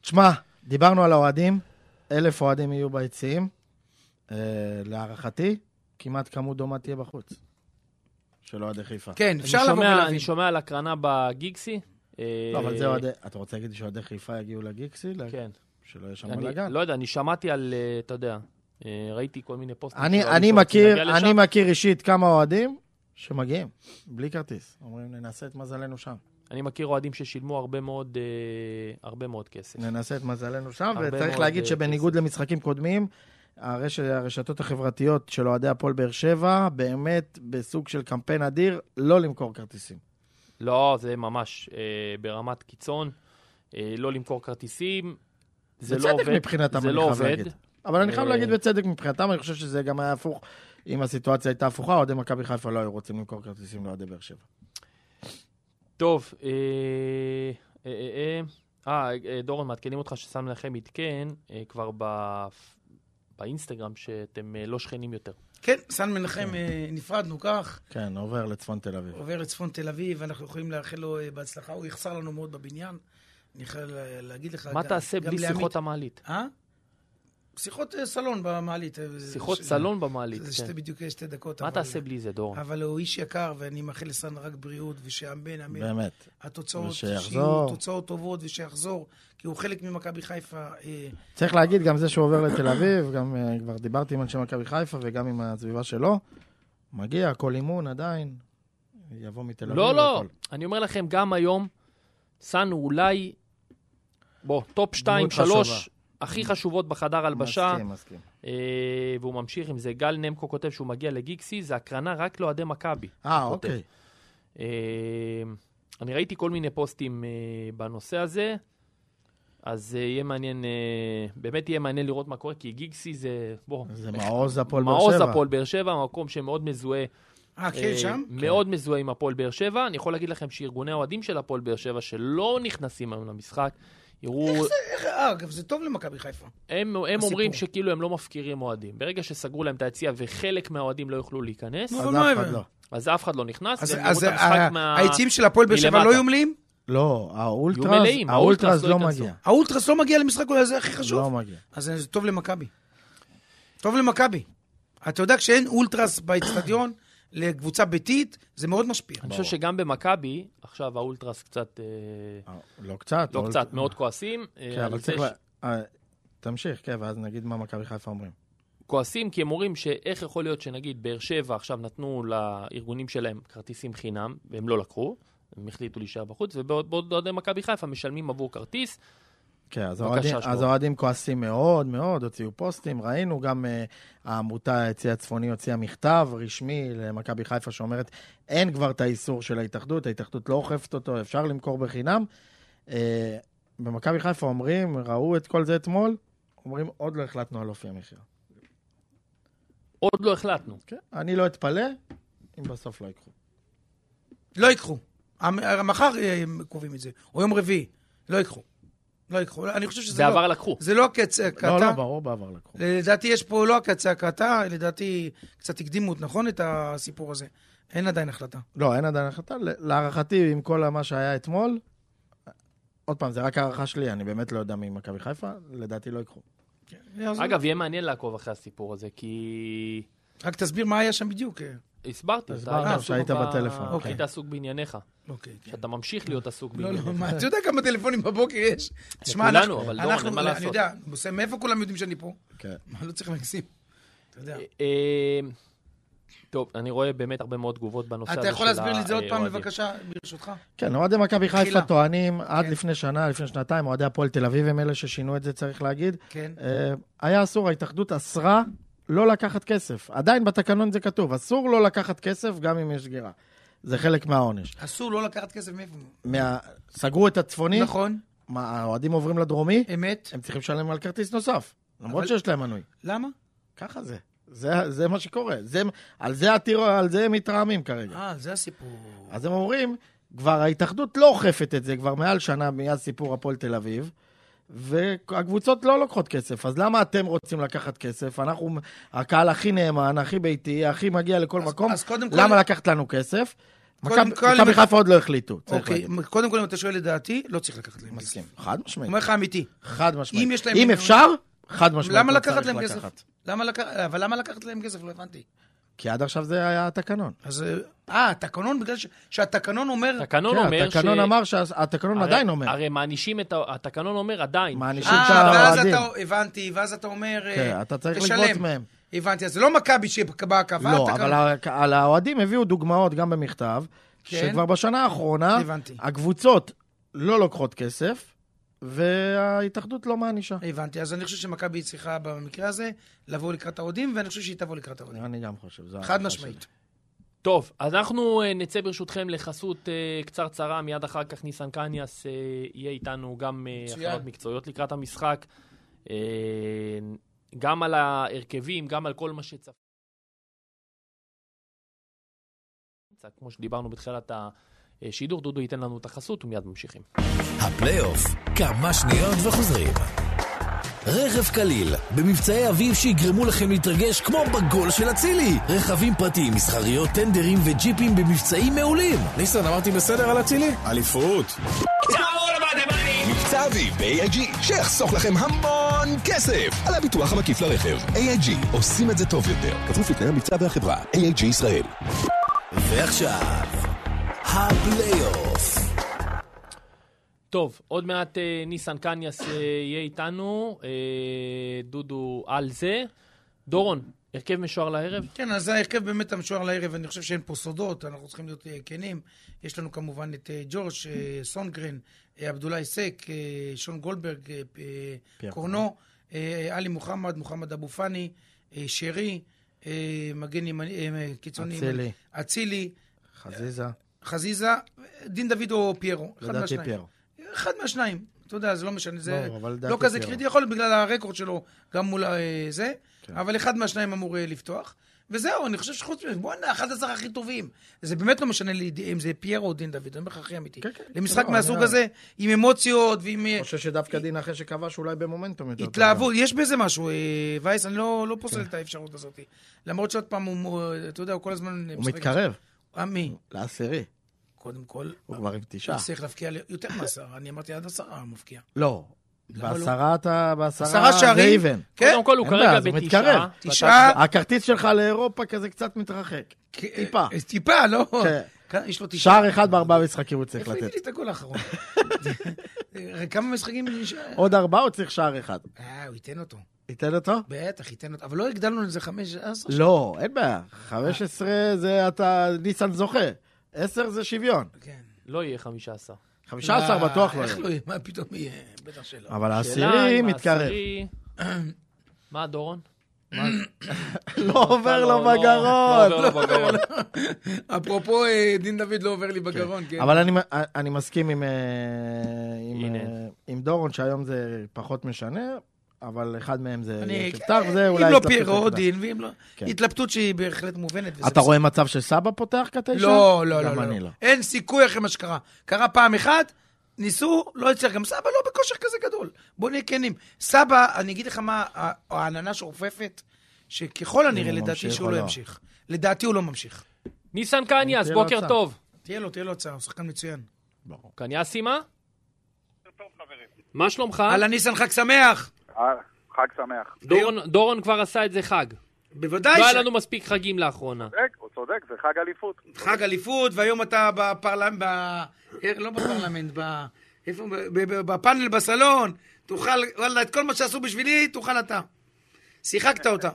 Speaker 2: תשמע, דיברנו על האוהדים, אלף אוהדים יהיו ביציעים. אה, להערכתי, כמעט כמות דומה תהיה בחוץ. של אוהדי חיפה.
Speaker 7: כן,
Speaker 6: אני
Speaker 7: אפשר לבוא
Speaker 6: שומע-
Speaker 7: ולהבין.
Speaker 6: אני שומע על הקרנה בגיגסי. אה,
Speaker 2: לא, אבל זה אוהדי... אתה רוצה להגיד לי שאוהדי חיפה יגיעו לגיקסי?
Speaker 6: כן.
Speaker 2: שלא יהיה שם
Speaker 6: אני
Speaker 2: בלאגן.
Speaker 6: לא יודע, אני שמעתי על, אה, אתה יודע, אה, ראיתי כל מיני פוסטים. של
Speaker 2: אני,
Speaker 6: אוהדים
Speaker 2: אני,
Speaker 6: שרוצים
Speaker 2: מכיר,
Speaker 6: להגיע לשם.
Speaker 2: אני מכיר אישית כמה אוהדים שמגיעים, בלי כרטיס. אומרים, ננסה את מזלנו שם.
Speaker 6: אני מכיר אוהדים ששילמו הרבה מאוד, אה, הרבה מאוד כסף.
Speaker 2: ננסה את מזלנו שם,
Speaker 6: הרבה
Speaker 2: וצריך
Speaker 6: מאוד,
Speaker 2: להגיד
Speaker 6: אה,
Speaker 2: שבניגוד למשחקים קודמים, הרש... הרשתות החברתיות של אוהדי הפועל באר שבע, באמת בסוג של קמפיין אדיר, לא למכור כרטיסים.
Speaker 6: לא, זה ממש אה, ברמת קיצון. אה, לא למכור כרטיסים. זה לא
Speaker 2: בצדק
Speaker 6: עובד.
Speaker 2: מבחינתם,
Speaker 6: זה
Speaker 2: אני
Speaker 6: לא
Speaker 2: חייב
Speaker 6: עובד.
Speaker 2: להגיד. אבל אני חייב
Speaker 6: אה,
Speaker 2: להגיד בצדק מבחינתם, אני חושב שזה גם היה הפוך. אם הסיטואציה הייתה הפוכה, אוהדי מכבי חיפה לא היו רוצים למכור כרטיסים לאוהדי באר שבע.
Speaker 6: טוב, אה, אה, אה, אה, אה, דורון, מעדכנים אותך שסם לכם עדכן אה, כבר ב- באינסטגרם, שאתם אה, לא שכנים יותר.
Speaker 7: כן, סן מנחם, אה, נפרדנו כך,
Speaker 2: כן, עובר לצפון תל אביב.
Speaker 7: עובר לצפון תל אביב, אנחנו יכולים לאחל לו אה, בהצלחה, הוא יחסר לנו מאוד בבניין. אני חייב לה- להגיד לך...
Speaker 6: מה
Speaker 7: גם-
Speaker 6: תעשה
Speaker 7: גם
Speaker 6: בלי
Speaker 7: לעמית-
Speaker 6: שיחות המעלית?
Speaker 7: אה? שיחות אה, סלון במעלית. אה, זה-
Speaker 6: שיחות
Speaker 7: זה-
Speaker 6: סלון במעלית,
Speaker 7: זה
Speaker 6: כן.
Speaker 7: שתי בדיוק אה, שתי דקות.
Speaker 6: מה
Speaker 7: אבל-
Speaker 6: תעשה בלי זה, דורון?
Speaker 7: אבל הוא איש יקר, ואני מאחל לסן רק בריאות, ושאמן, אמן.
Speaker 2: באמת.
Speaker 7: התוצאות,
Speaker 2: ושיחזור.
Speaker 7: שיהיו תוצאות טובות, ושיחזור, כי הוא חלק ממכבי חיפה. אה,
Speaker 2: צריך להגיד, גם זה שהוא עובר לתל אביב, גם אה, כבר דיברתי עם אנשי מכבי חיפה וגם עם הסביבה שלו, מגיע, כל אימון עדיין, יבוא מתל אביב.
Speaker 6: לא, לא,
Speaker 2: והכל.
Speaker 6: אני אומר לכם, גם היום, סאן הוא אולי, בוא, טופ 2,
Speaker 2: חשובה.
Speaker 6: 3, הכי חשובות בחדר הלבשה,
Speaker 2: מסכים, מסכים.
Speaker 6: אה, והוא ממשיך עם זה. גל נמקו כותב שהוא מגיע לגיקסי, זה הקרנה רק לאוהדי מכבי.
Speaker 2: אה,
Speaker 6: כותב.
Speaker 2: אוקיי.
Speaker 6: אה, אני ראיתי כל מיני פוסטים אה, בנושא הזה, אז אה, יהיה מעניין, אה, באמת יהיה מעניין לראות מה קורה, כי גיגסי זה, בוא,
Speaker 2: זה מעוז הפועל באר שבע.
Speaker 6: מעוז הפועל באר שבע, מקום שמאוד מזוהה
Speaker 7: אה, כן,
Speaker 6: אה,
Speaker 7: שם?
Speaker 6: מאוד מזוהה עם הפועל באר שבע. אני יכול להגיד לכם שארגוני האוהדים של הפועל באר שבע, שלא נכנסים היום למשחק, יראו...
Speaker 7: איך- אה, אגב, זה טוב למכבי חיפה.
Speaker 6: הם, הם אומרים
Speaker 7: הסיפור?
Speaker 6: שכאילו הם לא מפקירים אוהדים. ברגע שסגרו להם את היציע וחלק מהאוהדים לא יוכלו להיכנס,
Speaker 7: נו.
Speaker 2: אז
Speaker 7: אבל
Speaker 2: אף
Speaker 7: מה
Speaker 2: אחד
Speaker 7: הבנ-
Speaker 2: לא.
Speaker 6: אז אף אחד לא נכנס,
Speaker 7: אז-
Speaker 6: והם יראו את
Speaker 7: אז אה,
Speaker 6: המשחק
Speaker 7: ה-
Speaker 6: מה-
Speaker 7: היציעים של הפועל באר שבע
Speaker 6: מלמטה.
Speaker 7: לא יומלים?
Speaker 2: לא,
Speaker 6: יהיו
Speaker 2: האולטרז,
Speaker 6: מלאים, האולטרס
Speaker 2: האולטרז
Speaker 6: לא
Speaker 2: לא
Speaker 6: ייכנסו.
Speaker 2: מגיע.
Speaker 7: האולטרס לא מגיע למשחק, אולי זה הכי חשוב.
Speaker 2: לא מגיע.
Speaker 7: אז זה טוב למכבי. טוב למכבי. אתה יודע, כשאין אולטרס באצטדיון לקבוצה ביתית, זה מאוד משפיע.
Speaker 6: אני חושב שגם במכבי, עכשיו האולטרס קצת, אה,
Speaker 2: אה, לא קצת.
Speaker 6: לא
Speaker 2: האולט-
Speaker 6: קצת, מאוד כועסים. אה,
Speaker 2: כן,
Speaker 6: על
Speaker 2: אבל
Speaker 6: זה
Speaker 2: צריך...
Speaker 6: ש-
Speaker 2: ל- אה, תמשיך, כן, ואז נגיד מה מכבי חיפה אומרים.
Speaker 6: כועסים כי הם אומרים שאיך יכול להיות שנגיד באר שבע עכשיו נתנו לארגונים שלהם כרטיסים חינם והם לא לקחו, הם החליטו להישאר בחוץ, ובעוד בעוד אוהדי מכבי חיפה משלמים עבור כרטיס.
Speaker 2: כן, אז
Speaker 6: בבקשה,
Speaker 2: האוהדים-
Speaker 6: שלמה.
Speaker 2: אז האוהדים כועסים מאוד מאוד, הוציאו פוסטים, ראינו גם אה, העמותה היציא הצפוני הוציאה מכתב רשמי למכבי חיפה שאומרת, אין כבר את האיסור של ההתאחדות, ההתאחדות לא אוכפת אותו, אפשר למכור בחינם. אה, במכבי חיפה אומרים, ראו את כל זה אתמול, אומרים, עוד לא החלטנו על אופי המחיר.
Speaker 6: עוד לא החלטנו.
Speaker 2: כן, אני לא אתפלא אם בסוף לא ייקחו.
Speaker 7: לא ייקחו. המ- מחר אה, הם קובעים את זה, או יום רביעי. לא ייקחו. לא ייקחו. אני חושב שזה
Speaker 6: בעבר
Speaker 7: לא...
Speaker 6: לקחו.
Speaker 7: זה לא הקצה הקטע.
Speaker 2: לא, לא, ברור, בעבר לקחו.
Speaker 7: לדעתי יש פה לא הקצה הקטע, לדעתי קצת הקדימו, נכון, את הסיפור הזה. אין עדיין החלטה.
Speaker 2: לא, אין עדיין החלטה. ל- להערכתי, עם כל מה שהיה אתמול, עוד פעם, זה רק הערכה שלי, אני באמת לא יודע מי מכבי חיפה, לדעתי לא ייקחו.
Speaker 7: לא-
Speaker 6: אגב, יהיה מעניין לעקוב אחרי הסיפור הזה, כי...
Speaker 7: רק תסביר מה היה שם בדיוק. אה,
Speaker 6: הסברתי, אתה
Speaker 2: הסברנו,
Speaker 6: היית עסוק
Speaker 2: שהיית
Speaker 6: ב-
Speaker 2: בטלפון,
Speaker 6: אוקיי. היית
Speaker 2: אוקיי.
Speaker 6: עסוק בעניינך,
Speaker 7: אוקיי, כן.
Speaker 6: שאתה ממשיך להיות עסוק
Speaker 7: לא,
Speaker 6: בעניינך.
Speaker 7: לא, מה, אתה יודע כמה טלפונים בבוקר יש? תשמע,
Speaker 6: לכולנו,
Speaker 7: אנחנו,
Speaker 6: אבל דורון,
Speaker 7: אנחנו-
Speaker 6: אין מה לעשות.
Speaker 7: אני יודע, בסדר, מאיפה כולם יודעים שאני פה?
Speaker 2: כן.
Speaker 7: מה, לא צריך להגזים. אתה יודע.
Speaker 6: אה, טוב, אני רואה באמת הרבה מאוד תגובות בנושא הזה של אה,
Speaker 7: אתה יכול להסביר לי את זה עוד פעם,
Speaker 6: האוהדים.
Speaker 7: בבקשה, ברשותך?
Speaker 2: כן, אוהדי מכבי חיפה
Speaker 7: תחילה.
Speaker 2: טוענים, עד
Speaker 7: כן.
Speaker 2: לפני שנה, לפני שנתיים, אוהדי הפועל תל אביב הם אלה ששינו את זה, צריך להגיד.
Speaker 7: כן.
Speaker 2: אה, היה אסור, ההתאחדות אסרה לא לקחת כסף. עדיין בתקנון זה כתוב, אסור לא לקחת כסף גם אם יש סגירה. זה חלק מהעונש.
Speaker 7: אסור לא לקחת כסף מאיפה.
Speaker 2: מה- סגרו את הצפוני,
Speaker 7: נכון,
Speaker 2: מה, האוהדים עוברים לדרומי,
Speaker 7: אמת.
Speaker 2: הם צריכים לשלם על כרטיס נוסף, למרות
Speaker 7: אבל-
Speaker 2: שיש להם מנוי.
Speaker 7: למה?
Speaker 2: ככה זה. זה, זה מה שקורה. זה, על, זה עתיר, על זה הם מתרעמים כרגע.
Speaker 7: אה, זה הסיפור.
Speaker 2: אז הם אומרים, כבר ההתאחדות לא אוכפת את זה, כבר מעל שנה מאז סיפור הפועל תל אביב, והקבוצות לא לוקחות כסף. אז למה אתם רוצים לקחת כסף? אנחנו הקהל הכי נאמן, הכי ביתי, הכי מגיע לכל
Speaker 7: אז-
Speaker 2: מקום,
Speaker 7: אז קודם כל-
Speaker 2: למה לקחת לנו כסף?
Speaker 7: קודם
Speaker 2: מכבי
Speaker 7: כל-
Speaker 2: מכבי חיפה עוד לא החליטו, צריך
Speaker 7: אוקיי,
Speaker 2: להגיד.
Speaker 7: קודם כל, אם אתה שואל לדעתי, לא צריך לקחת להם כסף.
Speaker 2: מסכים. חד
Speaker 7: אני
Speaker 2: משמעית.
Speaker 7: אומר לך אמיתי.
Speaker 2: חד משמעית.
Speaker 7: אם יש להם-
Speaker 2: אם אפשר, חד משמעית.
Speaker 7: למה
Speaker 2: לא
Speaker 7: לקחת
Speaker 2: צריך
Speaker 7: להם כסף?
Speaker 2: לקחת.
Speaker 7: למה לקחת, אבל למה לקחת להם כסף? לא הבנתי.
Speaker 2: כי עד עכשיו זה היה התקנון.
Speaker 7: אז, אה, אה, התקנון, בגלל ש- שהתקנון לא, אומר...
Speaker 6: התקנון
Speaker 2: כן,
Speaker 6: אומר ש...
Speaker 2: התקנון אמר שהתקנון
Speaker 6: הרי-
Speaker 2: עדיין אומר.
Speaker 6: הרי מענישים את ה... התקנון אומר עדיין.
Speaker 2: מענישים
Speaker 7: אה,
Speaker 2: את
Speaker 7: ואז
Speaker 2: האוהדים.
Speaker 7: אתה, הבנתי, ואז אתה אומר, אה,
Speaker 2: כן, אתה צריך
Speaker 7: תשלם.
Speaker 2: לגבות מהם.
Speaker 7: הבנתי, אז זה לא מכבי שבהקבה,
Speaker 2: לא,
Speaker 7: התקנון.
Speaker 2: אבל ה- על האוהדים הביאו דוגמאות גם במכתב,
Speaker 7: כן.
Speaker 2: שכבר בשנה האחרונה
Speaker 7: הבנתי.
Speaker 2: הקבוצות לא לוקחות כסף, וההתאחדות לא מענישה.
Speaker 7: הבנתי, אז אני חושב שמכבי צריכה במקרה הזה לבוא לקראת האוהדים, ואני חושב שהיא תבוא לקראת האוהדים.
Speaker 2: אני גם חושב, זו
Speaker 7: חד
Speaker 2: ההערכה
Speaker 7: משמעית.
Speaker 2: שלי.
Speaker 6: טוב, אז אנחנו אה, נצא ברשותכם לחסות אה, קצרצרה, מיד אחר כך ניסן קניאס אה, יהיה איתנו גם אה,
Speaker 7: מצוין.
Speaker 6: הכנות מקצועיות לקראת המשחק, אה, גם על ההרכבים, גם על כל מה שצריך. כמו שדיברנו בתחילת השידור, דודו ייתן לנו את החסות ומיד ממשיכים.
Speaker 1: הפלייאוף, כמה שניות וחוזרים. רכב קליל, במבצעי אביב שיגרמו לכם להתרגש כמו בגול של אצילי. רכבים פרטיים, מסחריות, טנדרים וג'יפים במבצעים מעולים.
Speaker 3: ניסן, אמרתי בסדר על אצילי?
Speaker 5: אליפות. מבצע אביב ב-AIG שיחסוך לכם המון כסף על הביטוח המקיף לרכב. AIG עושים את זה טוב יותר. כפוף לתנאי המבצע והחברה. AIG ישראל.
Speaker 1: ועכשיו, הפלייאוף.
Speaker 6: טוב, עוד מעט אה, ניסן קניאס אה, יהיה איתנו, אה, דודו על זה. דורון, הרכב משוער לערב?
Speaker 7: כן, אז ההרכב באמת המשוער לערב, אני חושב שאין פה סודות, אנחנו צריכים להיות אה, כנים. יש לנו כמובן את אה, ג'ורש, אה, סונגרן, אה, עבדולאי סק, אה, שון גולדברג, אה, אה,
Speaker 2: כן, נכון.
Speaker 7: קורנו, אה, עלי מוחמד, מוחמד אבו פאני, אה, שרי, אה, מגן ימני, אה, אה, קיצוני,
Speaker 2: אצילי.
Speaker 7: אצילי,
Speaker 2: חזיזה,
Speaker 7: חזיזה, דין דוד או פיירו. אחד
Speaker 2: לדעתי
Speaker 7: מהשניים.
Speaker 2: פיירו.
Speaker 7: אחד מהשניים. אתה יודע, זה לא משנה, זה
Speaker 2: ברור, אבל
Speaker 7: לא
Speaker 2: לדעתי
Speaker 7: כזה
Speaker 2: פיירו.
Speaker 7: קריטי, יכול להיות בגלל הרקורד שלו גם מול אה, זה,
Speaker 2: כן.
Speaker 7: אבל אחד מהשניים אמור אה, לפתוח. וזהו, אני חושב שחוץ מזה, בואנה, 11 הכי טובים. זה באמת לא משנה לי אם זה פיירו או דין דוד, אני אומר לך הכי אמיתי.
Speaker 2: כן, כן.
Speaker 7: למשחק
Speaker 2: לא,
Speaker 7: מהסוג
Speaker 2: אני-
Speaker 7: הזה, עם אמוציות ועם אה,
Speaker 2: אני חושב שדווקא דין אחרי שכבש אולי במומנטום יותר. טוב. כן.
Speaker 7: התלהבות, יש בזה משהו, אה, וייס, אני לא לא פוסל את האפשרות הזאת. למרות שעוד פעם, הוא, אה, אתה יודע, הוא כל הזמן...
Speaker 2: הוא
Speaker 7: משחק-
Speaker 2: מתקרב
Speaker 7: אה, מי?
Speaker 2: לעשירי,
Speaker 7: קודם כל,
Speaker 2: הוא כבר עם תשעה.
Speaker 7: הוא צריך להבקיע ל- יותר מעשרה, אני אמרתי עד עשרה הוא מפקיע.
Speaker 2: לא,
Speaker 7: למה לא?
Speaker 2: בעשרה אתה, בעשרה
Speaker 7: עשרה
Speaker 2: זה
Speaker 7: שערים?
Speaker 2: איבן.
Speaker 7: כן,
Speaker 6: קודם כל הוא
Speaker 2: אין בעיה,
Speaker 6: כרגע
Speaker 2: אז הוא
Speaker 6: בתשעה.
Speaker 2: מתקרב.
Speaker 7: תשעה,
Speaker 2: הכרטיס שלך לאירופה כזה קצת מתרחק. טיפה.
Speaker 7: אה, טיפה, לא?
Speaker 2: כן.
Speaker 7: כאן יש לו תשעה.
Speaker 2: שער אחד בארבעה משחקים הוא צריך
Speaker 7: איפה הביא
Speaker 2: לתת.
Speaker 7: לי את הגול האחרון? אה, כמה משחקים נשאר?
Speaker 2: עוד ארבעה הוא צריך שער אחד.
Speaker 7: אה, הוא ייתן אותו.
Speaker 2: ניתן אותו?
Speaker 7: בטח, ייתן אותו. אבל לא הגדלנו לזה חמש, עשר.
Speaker 2: לא, אין בעיה. 15 זה אתה, ניסן זוכה. 10 זה שוויון.
Speaker 7: כן.
Speaker 6: לא יהיה 15.
Speaker 2: 15
Speaker 7: מה,
Speaker 2: בטוח לא
Speaker 7: אה, איך לא-
Speaker 2: יהיה.
Speaker 7: יהיה? מה פתאום יהיה? בטח שלא.
Speaker 2: אבל
Speaker 6: שאלה
Speaker 2: העשירי
Speaker 6: אם
Speaker 2: מתקרב.
Speaker 6: העשירי- מה, דורון?
Speaker 2: לא
Speaker 6: אתה
Speaker 2: עובר
Speaker 6: לא- לא-
Speaker 2: לו
Speaker 6: לא עובר
Speaker 2: בגרון.
Speaker 6: לו בגרון.
Speaker 7: אפרופו, אה, דין דוד לא עובר לי בגרון, כן.
Speaker 2: אבל אני, אני מסכים עם, אה, עם,
Speaker 6: הנה.
Speaker 2: אה, עם דורון שהיום זה פחות משנה, אבל אחד מהם זה
Speaker 7: אני-
Speaker 2: יפתח, זה אולי...
Speaker 7: אם לא
Speaker 2: התלבטות
Speaker 7: פיירו,
Speaker 2: היחידה.
Speaker 7: דין, ואם לא...
Speaker 2: כן.
Speaker 7: התלבטות שהיא בהחלט מובנת. וזה
Speaker 2: אתה רואה מצב שסבא פותח כתשע?
Speaker 7: לא, לא, לא,
Speaker 2: גם
Speaker 7: לא,
Speaker 2: אני
Speaker 7: לא.
Speaker 2: לא.
Speaker 7: אין סיכוי אחרי מה שקרה. קרה פעם אחת, ניסו, לא הצליח. גם סבא לא בכושר כזה גדול. בוא נהיה כנים. סבא, אני אגיד לך מה, ה- העננה שרופפת, שככל הנראה,
Speaker 2: הוא
Speaker 7: לדעתי
Speaker 2: ממשיך
Speaker 7: שהוא
Speaker 2: או
Speaker 7: לא
Speaker 2: לא?
Speaker 7: ימשיך. לדעתי הוא לא ממשיך.
Speaker 6: ניסן קניאס,
Speaker 2: תהיה לו
Speaker 6: בוקר
Speaker 2: הצעה.
Speaker 6: טוב.
Speaker 7: תהיה לו, תהיה לו הצעה, הוא שחקן מצוין.
Speaker 6: קניאסי מה? מה שלומך?
Speaker 7: אהלן ניסן, חג שמח!
Speaker 4: אה, חג שמח.
Speaker 6: דורון- דורון כבר עשה את זה חג.
Speaker 7: בוודאי
Speaker 6: לא היה
Speaker 7: ש...
Speaker 6: לנו מספיק חגים לאחרונה.
Speaker 4: צודק, הוא צודק, זה חג אליפות.
Speaker 7: חג אליפות, והיום אתה בפרלמנט, ב... אה, לא בפרלמנט, ב... איפה? ב- ב- ב- בפאנל בסלון, תאכל, וואלה, את כל מה שעשו בשבילי, תאכל אתה. שיחקת אותה.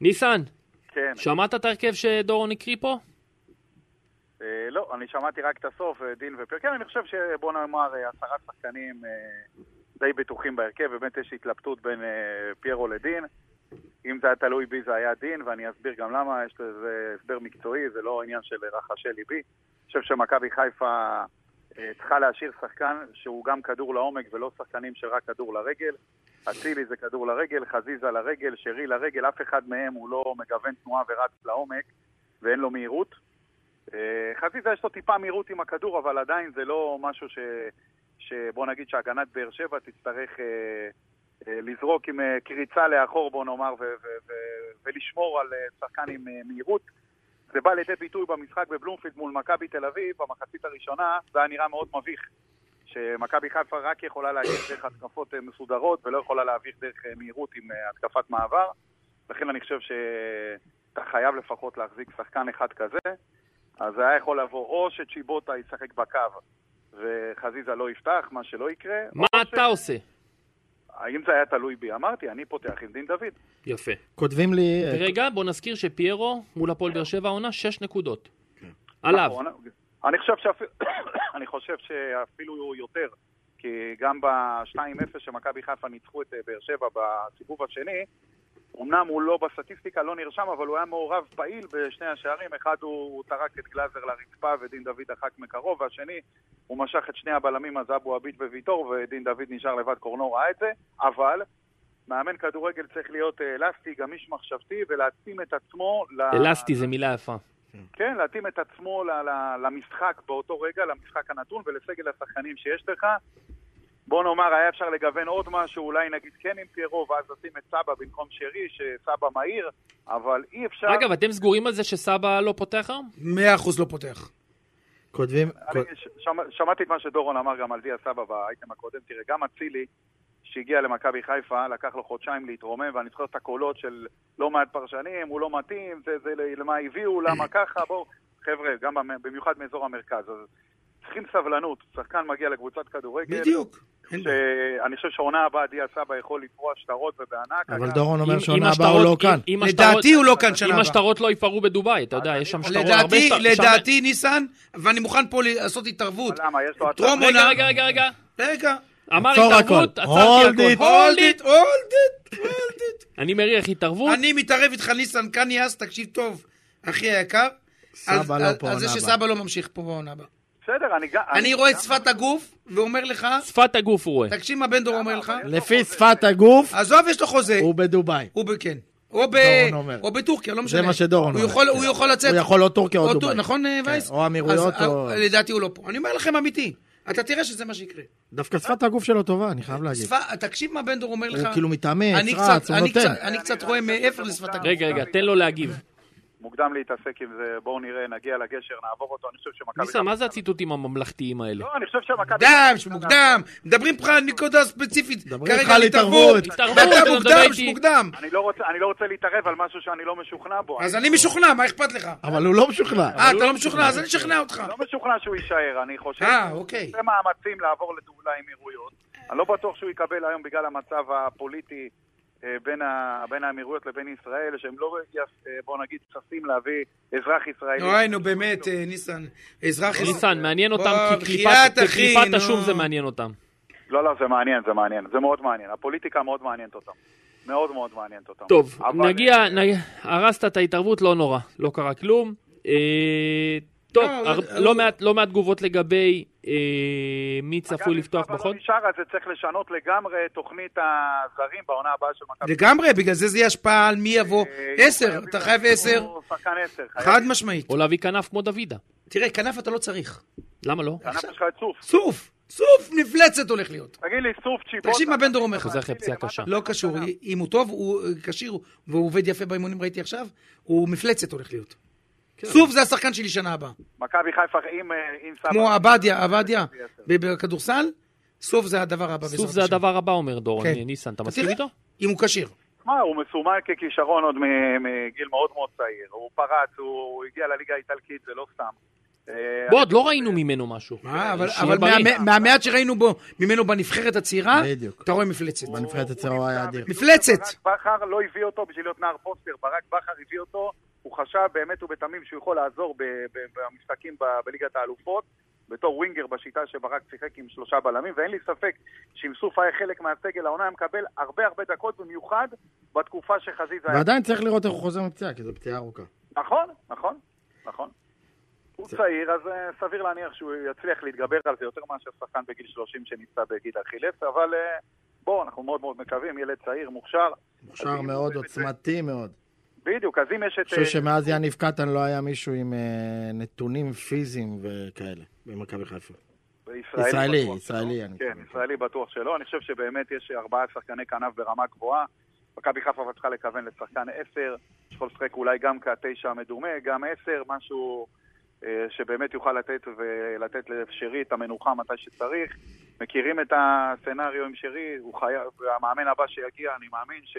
Speaker 6: ניסן,
Speaker 4: כן.
Speaker 6: שמעת את ההרכב שדורון הקריא פה?
Speaker 4: אה, לא, אני שמעתי רק את הסוף, אה, דין ופרק. כן, אני חושב שבוא נאמר אה, עשרה שחקנים אה, די בטוחים בהרכב, באמת יש התלבטות בין אה, פיירו לדין. אם זה היה תלוי בי זה היה דין, ואני אסביר גם למה, יש לזה הסבר מקצועי, זה לא עניין של רחשי ליבי. אני חושב שמכבי חיפה אה, צריכה להשאיר שחקן שהוא גם כדור לעומק ולא שחקנים שרק כדור לרגל. אצילי זה כדור לרגל, חזיזה לרגל, שרי לרגל, אף אחד מהם הוא לא מגוון תנועה ורץ לעומק ואין לו מהירות. אה, חזיזה יש לו טיפה מהירות עם הכדור, אבל עדיין זה לא משהו ש... שבוא נגיד שהגנת באר שבע תצטרך אה, אה, לזרוק עם אה, קריצה לאחור, בוא נאמר, ו- ו- ו- ולשמור על אה, שחקן עם אה, מהירות. זה בא לידי ביטוי במשחק בבלומפילד מול מכבי תל אביב, במחצית הראשונה, זה היה נראה מאוד מביך. שמכבי חיפה רק יכולה להעביר דרך התקפות אה, מסודרות ולא יכולה להעביר דרך אה, מהירות עם אה, התקפת מעבר. לכן אני חושב שאתה חייב לפחות להחזיק שחקן אחד כזה. אז היה יכול לבוא או שצ'יבוטה ישחק בקו וחזיזה לא יפתח, מה שלא יקרה.
Speaker 6: מה
Speaker 4: או
Speaker 6: אתה עושה?
Speaker 4: אם זה היה תלוי בי, אמרתי, אני פותח עם דין דוד.
Speaker 6: יפה.
Speaker 2: כותבים לי... אה,
Speaker 6: רגע, בוא נזכיר שפיירו מול הפועל באר שבע העונה 6 נקודות. עליו.
Speaker 4: נכון. אני חושב, שאפילו, אני חושב שאפילו יותר, כי גם ב-2-0 שמכבי חיפה ניצחו את אה, באר שבע בסיבוב השני, אמנם הוא לא בסטטיסטיקה, לא נרשם, אבל הוא היה מעורב פעיל בשני השערים. אחד הוא, הוא טרק את גלאזר לרצפה ודין דוד דחק מקרוב, והשני הוא משך את שני הבלמים, אז אבו עביד וויטור, ודין דוד נשאר לבד, קורנו ראה את זה. אבל מאמן כדורגל צריך להיות אה, אלסטי, גמיש מחשבתי, ולהתאים את עצמו... ל-
Speaker 6: אלסטי זה מילה יפה.
Speaker 4: כן, להתאים את עצמו ל- ל- למשחק באותו רגע, למשחק הנתון ולסגל השחקנים שיש לך. בוא נאמר, היה אפשר לגוון עוד משהו, אולי נגיד כן עם פיירו, ואז לשים את סבא במקום שרי, שסבא מהיר, אבל אי אפשר...
Speaker 6: אגב, אתם סגורים על זה שסבא לא פותח היום?
Speaker 7: מאה אחוז לא פותח.
Speaker 2: כותבים...
Speaker 4: אני ש- שמע- שמעתי את מה שדורון אמר גם על דיה סבא באייטם הקודם. תראה, גם אצילי, שהגיע למכבי חיפה, לקח לו חודשיים להתרומם, ואני זוכר את הקולות של לא מעט פרשנים, הוא לא
Speaker 7: אה.
Speaker 4: מתאים, זה, זה למה הביאו, למה ככה, בואו, חבר'ה, גם במ- במיוחד מאזור המרכז. אז צריכים סבלנות. שחקן מגיע לקבוצת
Speaker 6: כן.
Speaker 4: כדורגל.
Speaker 7: בדיוק. אין בעיה.
Speaker 4: שאני חושב שהעונה הבאה דיה סבא יכול לפרוע שטרות ובענק.
Speaker 2: אבל
Speaker 4: אגב,
Speaker 2: דורון
Speaker 6: אם-
Speaker 2: אומר
Speaker 6: אם
Speaker 2: שעונה הבאה
Speaker 6: השטרות-
Speaker 2: הוא לא
Speaker 6: אם-
Speaker 2: כאן.
Speaker 6: אם
Speaker 7: לדעתי
Speaker 6: השטרות-
Speaker 7: הוא לא כאן שנה
Speaker 6: אם
Speaker 7: הבאה.
Speaker 6: השטרות לא ייפרעו בדובאי, אתה יודע, יש שם שטרות. הרבה
Speaker 7: לדעתי,
Speaker 6: שטר-
Speaker 7: לדעתי, ניסן, ואני מוכן פה לעשות התערבות.
Speaker 4: אבל למה? יש לו...
Speaker 7: טרום
Speaker 4: הצעה-
Speaker 6: שם- רגע,
Speaker 7: עונה.
Speaker 6: רגע, רגע, רגע.
Speaker 7: רגע.
Speaker 6: אמר
Speaker 2: עצור
Speaker 6: התערבות,
Speaker 2: הכל.
Speaker 6: עצרתי
Speaker 2: Hold
Speaker 6: הכל.
Speaker 2: it.
Speaker 6: הולד
Speaker 7: הולד איט, הולד איט, הולד איט.
Speaker 6: אני מריח התערבות.
Speaker 7: אני מתערב איתך, ניסן קניאס, תקשיב טוב, אחי היקר.
Speaker 2: סבא
Speaker 7: על-
Speaker 2: לא
Speaker 7: על-
Speaker 2: פה
Speaker 7: על זה
Speaker 2: עונה
Speaker 7: שסבא לא ממשיך פה בעונה הבאה.
Speaker 4: בסדר, אני גם...
Speaker 7: אני רואה את שפת הגוף, ואומר לך,
Speaker 6: שפת הגוף הוא רואה.
Speaker 7: תקשיב מה בן דור אומר לך.
Speaker 2: לפי שפת הגוף,
Speaker 7: עזוב, יש לו חוזה.
Speaker 2: הוא בדובאי.
Speaker 7: אה, הוא ב... כן. או, ב...
Speaker 2: דורון אומר.
Speaker 7: או בטורקיה, לא משנה.
Speaker 2: מה שדורון
Speaker 7: הוא
Speaker 2: אומר,
Speaker 7: יכול,
Speaker 2: כן.
Speaker 7: הוא יכול לצאת.
Speaker 2: הוא יכול או טורקיה או
Speaker 7: טור-
Speaker 2: דובאי.
Speaker 7: נכון, אה,
Speaker 2: כן,
Speaker 7: וייס?
Speaker 2: או אמירויות
Speaker 7: אז,
Speaker 2: או-
Speaker 7: אה, לדעתי הוא לא פה. אני אומר לכם אמיתי. אתה תראה שזה מה שיקרה.
Speaker 2: דווקא שפת הגוף שלו טובה, אני חייב להגיד.
Speaker 7: שפ- תקשיב מה בן דור אומר לך.
Speaker 2: הוא כאילו מתאמץ,
Speaker 7: אני
Speaker 2: רץ,
Speaker 7: קצת-
Speaker 2: הוא
Speaker 7: אני
Speaker 2: נותן.
Speaker 7: קצת- אני קצת רואה מעבר לשפת הגוף.
Speaker 6: רגע, רגע, תן לו להגיב.
Speaker 4: מוקדם להתעסק עם זה, בואו נראה, נגיע לגשר, נעבור אותו, אני חושב שמכבי...
Speaker 6: ניסן, מה זה הציטוטים הממלכתיים האלה?
Speaker 4: לא, אני חושב שמכבי...
Speaker 7: אוקיי. מוקדם, שמוקדם, מדברים איתך על נקודה ספציפית,
Speaker 2: מדברים איתך
Speaker 7: כרגע
Speaker 2: על
Speaker 7: על התערבות,
Speaker 6: התערבות.
Speaker 7: ואתה
Speaker 6: התערבות, אתה
Speaker 7: מוקדם,
Speaker 6: מדבר איתי.
Speaker 7: שמוקדם.
Speaker 4: אני לא רוצה- אני לא רוצה להתערב על משהו שאני לא משוכנע בו.
Speaker 7: אז אני משוכנע, מה אכפת לך?
Speaker 2: אבל הוא לא משוכנע.
Speaker 7: אה, אתה לא משוכנע, אז אני אשכנע אותך.
Speaker 4: לא משוכנע שהוא יישאר, אני חושב.
Speaker 7: אה, אוקיי.
Speaker 4: עושה מאמצים לעבור לדולה האמירויות. אני לא בטוח שהוא יקבל היום בגלל המצב הפוליטי אה, בין, ה... בין האמירויות לבין ישראל, שהם לא, יס- אה, בואו נגיד, ששים להביא אזרח ישראלי.
Speaker 7: אוי, נו באמת, אה, ניסן, אזרח...
Speaker 6: ניסן, מעניין
Speaker 7: לא. בוא,
Speaker 6: אותם, כי
Speaker 7: בחייאת,
Speaker 6: קליפת- כי
Speaker 7: אחי,
Speaker 6: קליפת
Speaker 7: נו.
Speaker 6: השום זה מעניין אותם.
Speaker 4: לא, לא, זה מעניין, זה מעניין. זה מאוד מעניין. הפוליטיקה מאוד מעניינת אותם. מאוד מאוד מעניינת אותם.
Speaker 6: טוב,
Speaker 4: אבל,
Speaker 6: נגיע,
Speaker 4: אה,
Speaker 6: נג- הרסת את ההתערבות, לא נורא, לא קרה כלום. אה, טוב,
Speaker 7: לא,
Speaker 6: הר-
Speaker 7: אה,
Speaker 6: לא
Speaker 7: אה,
Speaker 6: מעט- לא מעט תגובות לגבי אה, מי צפוי
Speaker 4: מכבי
Speaker 6: לפתוח נכון?
Speaker 4: סבא לא
Speaker 6: בחוד.
Speaker 4: נשאר, אז זה צריך לשנות לגמרי את תוכנית הזרים בעונה הבאה של מכבי.
Speaker 7: לגמרי, בגלל זה זה יהיה השפעה על מי יבוא.
Speaker 4: אה,
Speaker 7: עשר, אתה חייב עשר,
Speaker 4: שחקן עשר.
Speaker 7: חד משמעית.
Speaker 6: או להביא כנף כמו דוידה.
Speaker 7: תראה, כנף אתה לא צריך.
Speaker 6: למה לא?
Speaker 4: חייב- יש לך את סוף.
Speaker 7: סוף, סוף מפלצת הולך להיות.
Speaker 4: תגיד לי, סוף צ'יבוטה.
Speaker 7: תקשיב מה בן דור אומר לך.
Speaker 6: חוזר אחרי פציעה קשה.
Speaker 7: לא קשור, אם הוא טוב, הוא אה, כשיר, והוא עובד יפה באימונים, ראיתי עכשיו, הוא מפלצת הולך להיות.
Speaker 2: כן.
Speaker 7: סוף זה השחקן שלי שנה הבאה.
Speaker 4: מכבי חיפה, אם אה, אם סבא...
Speaker 7: כמו עבדיה, עבדיה, בכדורסל, סוף זה הדבר הבא. בעזרת
Speaker 6: סוף זה
Speaker 7: השם.
Speaker 6: הדבר הבא, אומר דורון אה,
Speaker 7: כן.
Speaker 6: ניסן, אתה
Speaker 7: אתה
Speaker 6: מסכים
Speaker 7: תראה,
Speaker 6: איתו?
Speaker 7: אם הוא כשיר.
Speaker 4: מה, הוא מסומן ככישרון עוד מ- מגיל מאוד מאוד צעיר. הוא פרץ, הוא הוא הגיע לליגה האיטלקית, זה לא סתם. אה,
Speaker 6: בוא, עוד לא ראינו ממנו משהו.
Speaker 2: כן,
Speaker 7: מה, אבל-
Speaker 6: שיהיה
Speaker 7: אבל
Speaker 6: בריא.
Speaker 7: מהמ- מהמעט שראינו בו, ממנו בנבחרת הצעירה,
Speaker 2: בדיוק.
Speaker 7: אתה רואה מפלצת.
Speaker 2: בנבחרת אצלו הוא היה אדיר.
Speaker 7: מפלצת.
Speaker 4: לא ברק בכר לא הביא אותו בשביל להיות נער פוסטר, ברק בכר הביא אותו, הוא חשב באמת ובתמים שהוא יכול לעזור ב- ב- במשחקים ב- בליגת האלופות, בתור ווינגר בשיטה שברק שיחק עם שלושה בלמים, ואין לי ספק שאם סוף היה חלק מהסגל העונה, היה מקבל הרבה הרבה דקות, במיוחד בתקופה שחזיזה היה.
Speaker 2: ועדיין צריך לראות איך הוא חוזר מפציעה, כי זו פציעה ארוכה.
Speaker 4: נכון, נכון, נכון. הוא צעיר, אז אה, סביר להניח שהוא יצליח להתגבר על זה יותר מאשר שחקן בגיל 30 שניסה בגיד אכילס, אבל אה, בואו, אנחנו מאוד מאוד מקווים, ילד צעיר, מוכשר.
Speaker 2: מוכשר מאוד, עוצמתי מאוד.
Speaker 4: בדיוק, אז אם יש את...
Speaker 2: אני חושב
Speaker 4: אה,
Speaker 2: שמאז יניב קטן לא היה מישהו עם אה, נתונים פיזיים וכאלה במכבי חיפה. ישראלי,
Speaker 4: בטוח
Speaker 2: ישראלי,
Speaker 4: שלא.
Speaker 2: אני
Speaker 4: כן,
Speaker 2: מתכוון.
Speaker 4: ישראלי בטוח שלא. אני חושב שבאמת יש ארבעה שחקני כנף ברמה גבוהה. מכבי חיפה צריכה לכוון לשחקן עשר, שיכול לשחק אולי גם כתשע המדומה, גם עשר, משהו אה, שבאמת יוכל לתת ולתת לשרי את המנוחה מתי שצריך. מכירים את הסצנריו עם שרי, הוא חייב, והמאמן הבא שיגיע, אני מאמין ש...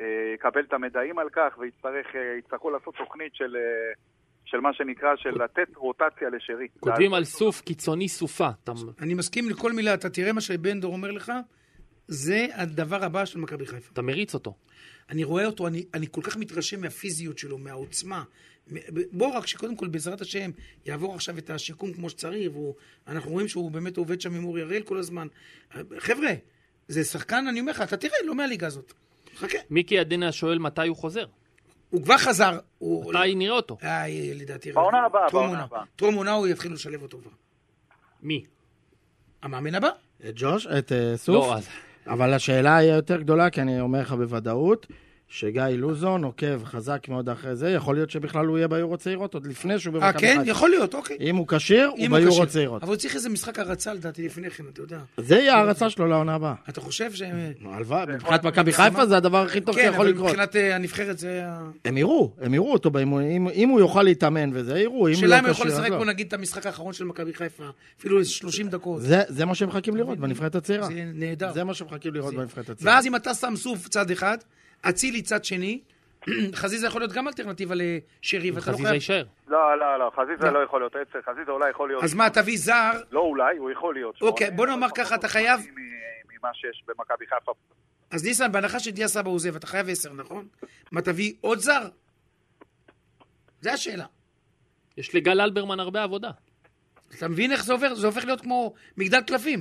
Speaker 4: אה, יקבל את המדעים על כך ויצטרכו לעשות תוכנית של, אה, של מה שנקרא, של לתת רוטציה לשרי.
Speaker 6: כותבים על סוף קיצוני סופה. אתה-
Speaker 7: אני מסכים לכל מילה, אתה תראה מה שבן דור אומר לך, זה הדבר הבא של מכבי חיפה.
Speaker 6: אתה מריץ אותו.
Speaker 7: אני רואה אותו, אני, אני כל כך מתרשם מהפיזיות שלו, מהעוצמה. מ- ב- בוא רק שקודם כל, בעזרת השם, יעבור עכשיו את השיקום כמו שצריך, ואנחנו רואים שהוא באמת עובד שם עם אורי אריאל כל הזמן. חבר'ה, זה שחקן, אני אומר לך, אתה תראה, לא מהליגה הזאת. חכה.
Speaker 6: מיקי עדנה שואל מתי הוא חוזר.
Speaker 7: הוא כבר חזר. הוא...
Speaker 6: מתי נראה אותו?
Speaker 7: אה, לדעתי...
Speaker 4: בעונה
Speaker 7: טרום
Speaker 4: הבאה, בעונה
Speaker 7: עונה.
Speaker 4: הבאה.
Speaker 7: טרום עונה הוא יתחיל לשלב אותו כבר.
Speaker 6: מי?
Speaker 7: המאמן הבא?
Speaker 2: את ג'וש, את אה, סוף.
Speaker 6: לא, אז...
Speaker 2: אבל השאלה היא יותר גדולה, כי אני אומר לך בוודאות, שגיא לוזון עוקב חזק מאוד אחרי זה, יכול להיות שבכלל הוא יהיה ביורו צעירות עוד לפני שהוא
Speaker 7: אה,
Speaker 2: במכבי
Speaker 7: כן?
Speaker 2: חיפה.
Speaker 7: יכול להיות, אוקיי.
Speaker 2: אם הוא כשיר,
Speaker 7: אם
Speaker 2: הוא ביורו
Speaker 7: כשיר.
Speaker 2: צעירות.
Speaker 7: אבל הוא צריך איזה משחק הרצה לדעתי לפני כן, אתה יודע.
Speaker 2: זה יהיה ההרצה שלו לעונה הבאה.
Speaker 7: אתה חושב ש...
Speaker 2: נו, הלוואי, מבחינת מכבי חיפה זה הדבר הכי טוב
Speaker 7: כן,
Speaker 2: שיכול
Speaker 7: אבל
Speaker 2: לקרות.
Speaker 7: מבחינת אה, הנבחרת זה... ה-
Speaker 2: הם יראו, הם יראו אותו באימונים, אם- אם הוא יוכל להתאמן וזה, יראו, אם הוא
Speaker 7: השאלה אם
Speaker 2: לא
Speaker 7: הוא יכול
Speaker 2: כשיר, אז
Speaker 7: לשחק,
Speaker 2: לא.
Speaker 7: בוא נגיד, את המשחק האחרון של מכבי חיפה, אפילו איזה 30 דקות.
Speaker 2: זה- זה מה שהם מחכים לראות בנבחרת הצעירה.
Speaker 7: זה נהדר.
Speaker 2: לא זה מה שמחכים לראות בנבחרת הצעירה.
Speaker 7: ואז אם אתה שם סוף צד אחד, אצילי צד שני, חזיזה יכול להיות גם אלטרנטיבה לשרי, ואתה לא
Speaker 6: חזיזה
Speaker 7: חייב...
Speaker 6: יישאר.
Speaker 4: לא, לא, לא, חזיזה
Speaker 7: לא.
Speaker 4: לא יכול להיות עצר, חזיזה אולי יכול להיות...
Speaker 7: אז מה, תביא זר,
Speaker 4: לא אולי, הוא יכול להיות. שמונה,
Speaker 7: אוקיי, בוא
Speaker 4: אבל
Speaker 7: נאמר
Speaker 4: פחות
Speaker 7: ככה, אתה
Speaker 4: עוצמתי
Speaker 7: חייב-
Speaker 4: מ- ממה שיש במכבי חיפה.
Speaker 7: אז ניסן, בהנחה שדיה סבא הוא עוזב, אתה חייב עשר, נכון? מה, תביא עוד זר? זה השאלה.
Speaker 6: יש לגל אלברמן הרבה עבודה.
Speaker 7: אתה מבין איך זה עובר? זה הופך להיות כמו מגדל קלפים.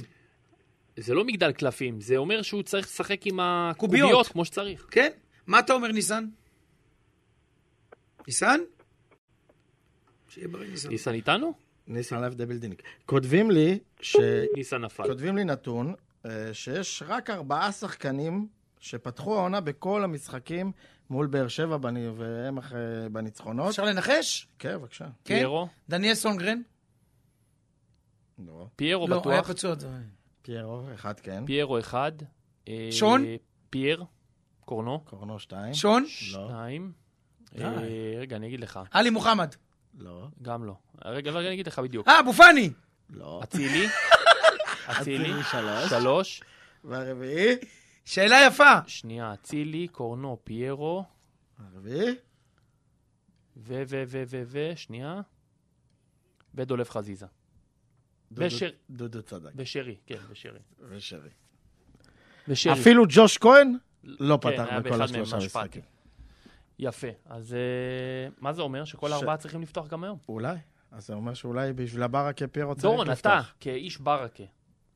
Speaker 6: זה לא מגדל קלפים, זה אומר שהוא צריך לשחק עם
Speaker 7: קוביות.
Speaker 6: הקוביות כמו שצריך.
Speaker 7: כן? מה אתה אומר, ניסן? ניסן? שיהיה בריא, ניסן.
Speaker 6: ניסן איתנו?
Speaker 2: ניסן לייב דה בילדינג. כותבים לי, ש...
Speaker 6: ניסן נפל.
Speaker 2: כותבים לי נתון, אה, שיש רק ארבעה שחקנים שפתחו העונה בכל המשחקים מול באר שבע, בני- והם אחרי- בניצחונות.
Speaker 7: אפשר לנחש?
Speaker 2: כן, בבקשה.
Speaker 7: כן.
Speaker 6: פיירו?
Speaker 7: דניאל סונגרן?
Speaker 2: נו,
Speaker 6: פיירו
Speaker 7: לא, היה
Speaker 6: בטוח.
Speaker 7: פצוע. זה-
Speaker 2: פיירו, אחד כן.
Speaker 6: פיירו אחד. אה,
Speaker 7: שון? לא.
Speaker 6: פייר. קורנו.
Speaker 2: קורנו שתיים.
Speaker 7: שון?
Speaker 2: לא.
Speaker 6: שניים. אה, רגע, אני אגיד לך.
Speaker 7: עלי מוחמד.
Speaker 2: לא.
Speaker 6: גם לא. רגע, רגע, אני אגיד לך בדיוק.
Speaker 7: אה, בופני!
Speaker 2: לא.
Speaker 7: אה!
Speaker 6: אצילי. אצילי.
Speaker 2: אצילי, שלוש.
Speaker 6: שלוש.
Speaker 2: והרביעי?
Speaker 7: שאלה יפה.
Speaker 6: שנייה, אצילי, קורנו, פיירו.
Speaker 2: הרביעי?
Speaker 6: ו... ו... ו... ו... ו... שנייה. ודולף חזיזה.
Speaker 2: דודו-
Speaker 6: ושר-
Speaker 2: דודו צדק.
Speaker 6: ושרי, כן, ושרי.
Speaker 2: ושרי.
Speaker 6: ושרי.
Speaker 2: אפילו ג'וש כהן לא
Speaker 6: כן,
Speaker 2: פתח
Speaker 6: היה באחד
Speaker 2: בכל
Speaker 6: מהם
Speaker 2: השלושה
Speaker 6: השפעתי.
Speaker 2: משחקים.
Speaker 6: יפה. אז אה, מה זה אומר? שכל
Speaker 2: ש-
Speaker 6: הארבעה צריכים לפתוח גם היום.
Speaker 2: אולי. אז זה אומר שאולי בשביל הברקה פיירו צריך לפתוח.
Speaker 6: דורון, אתה, כאיש ברכה,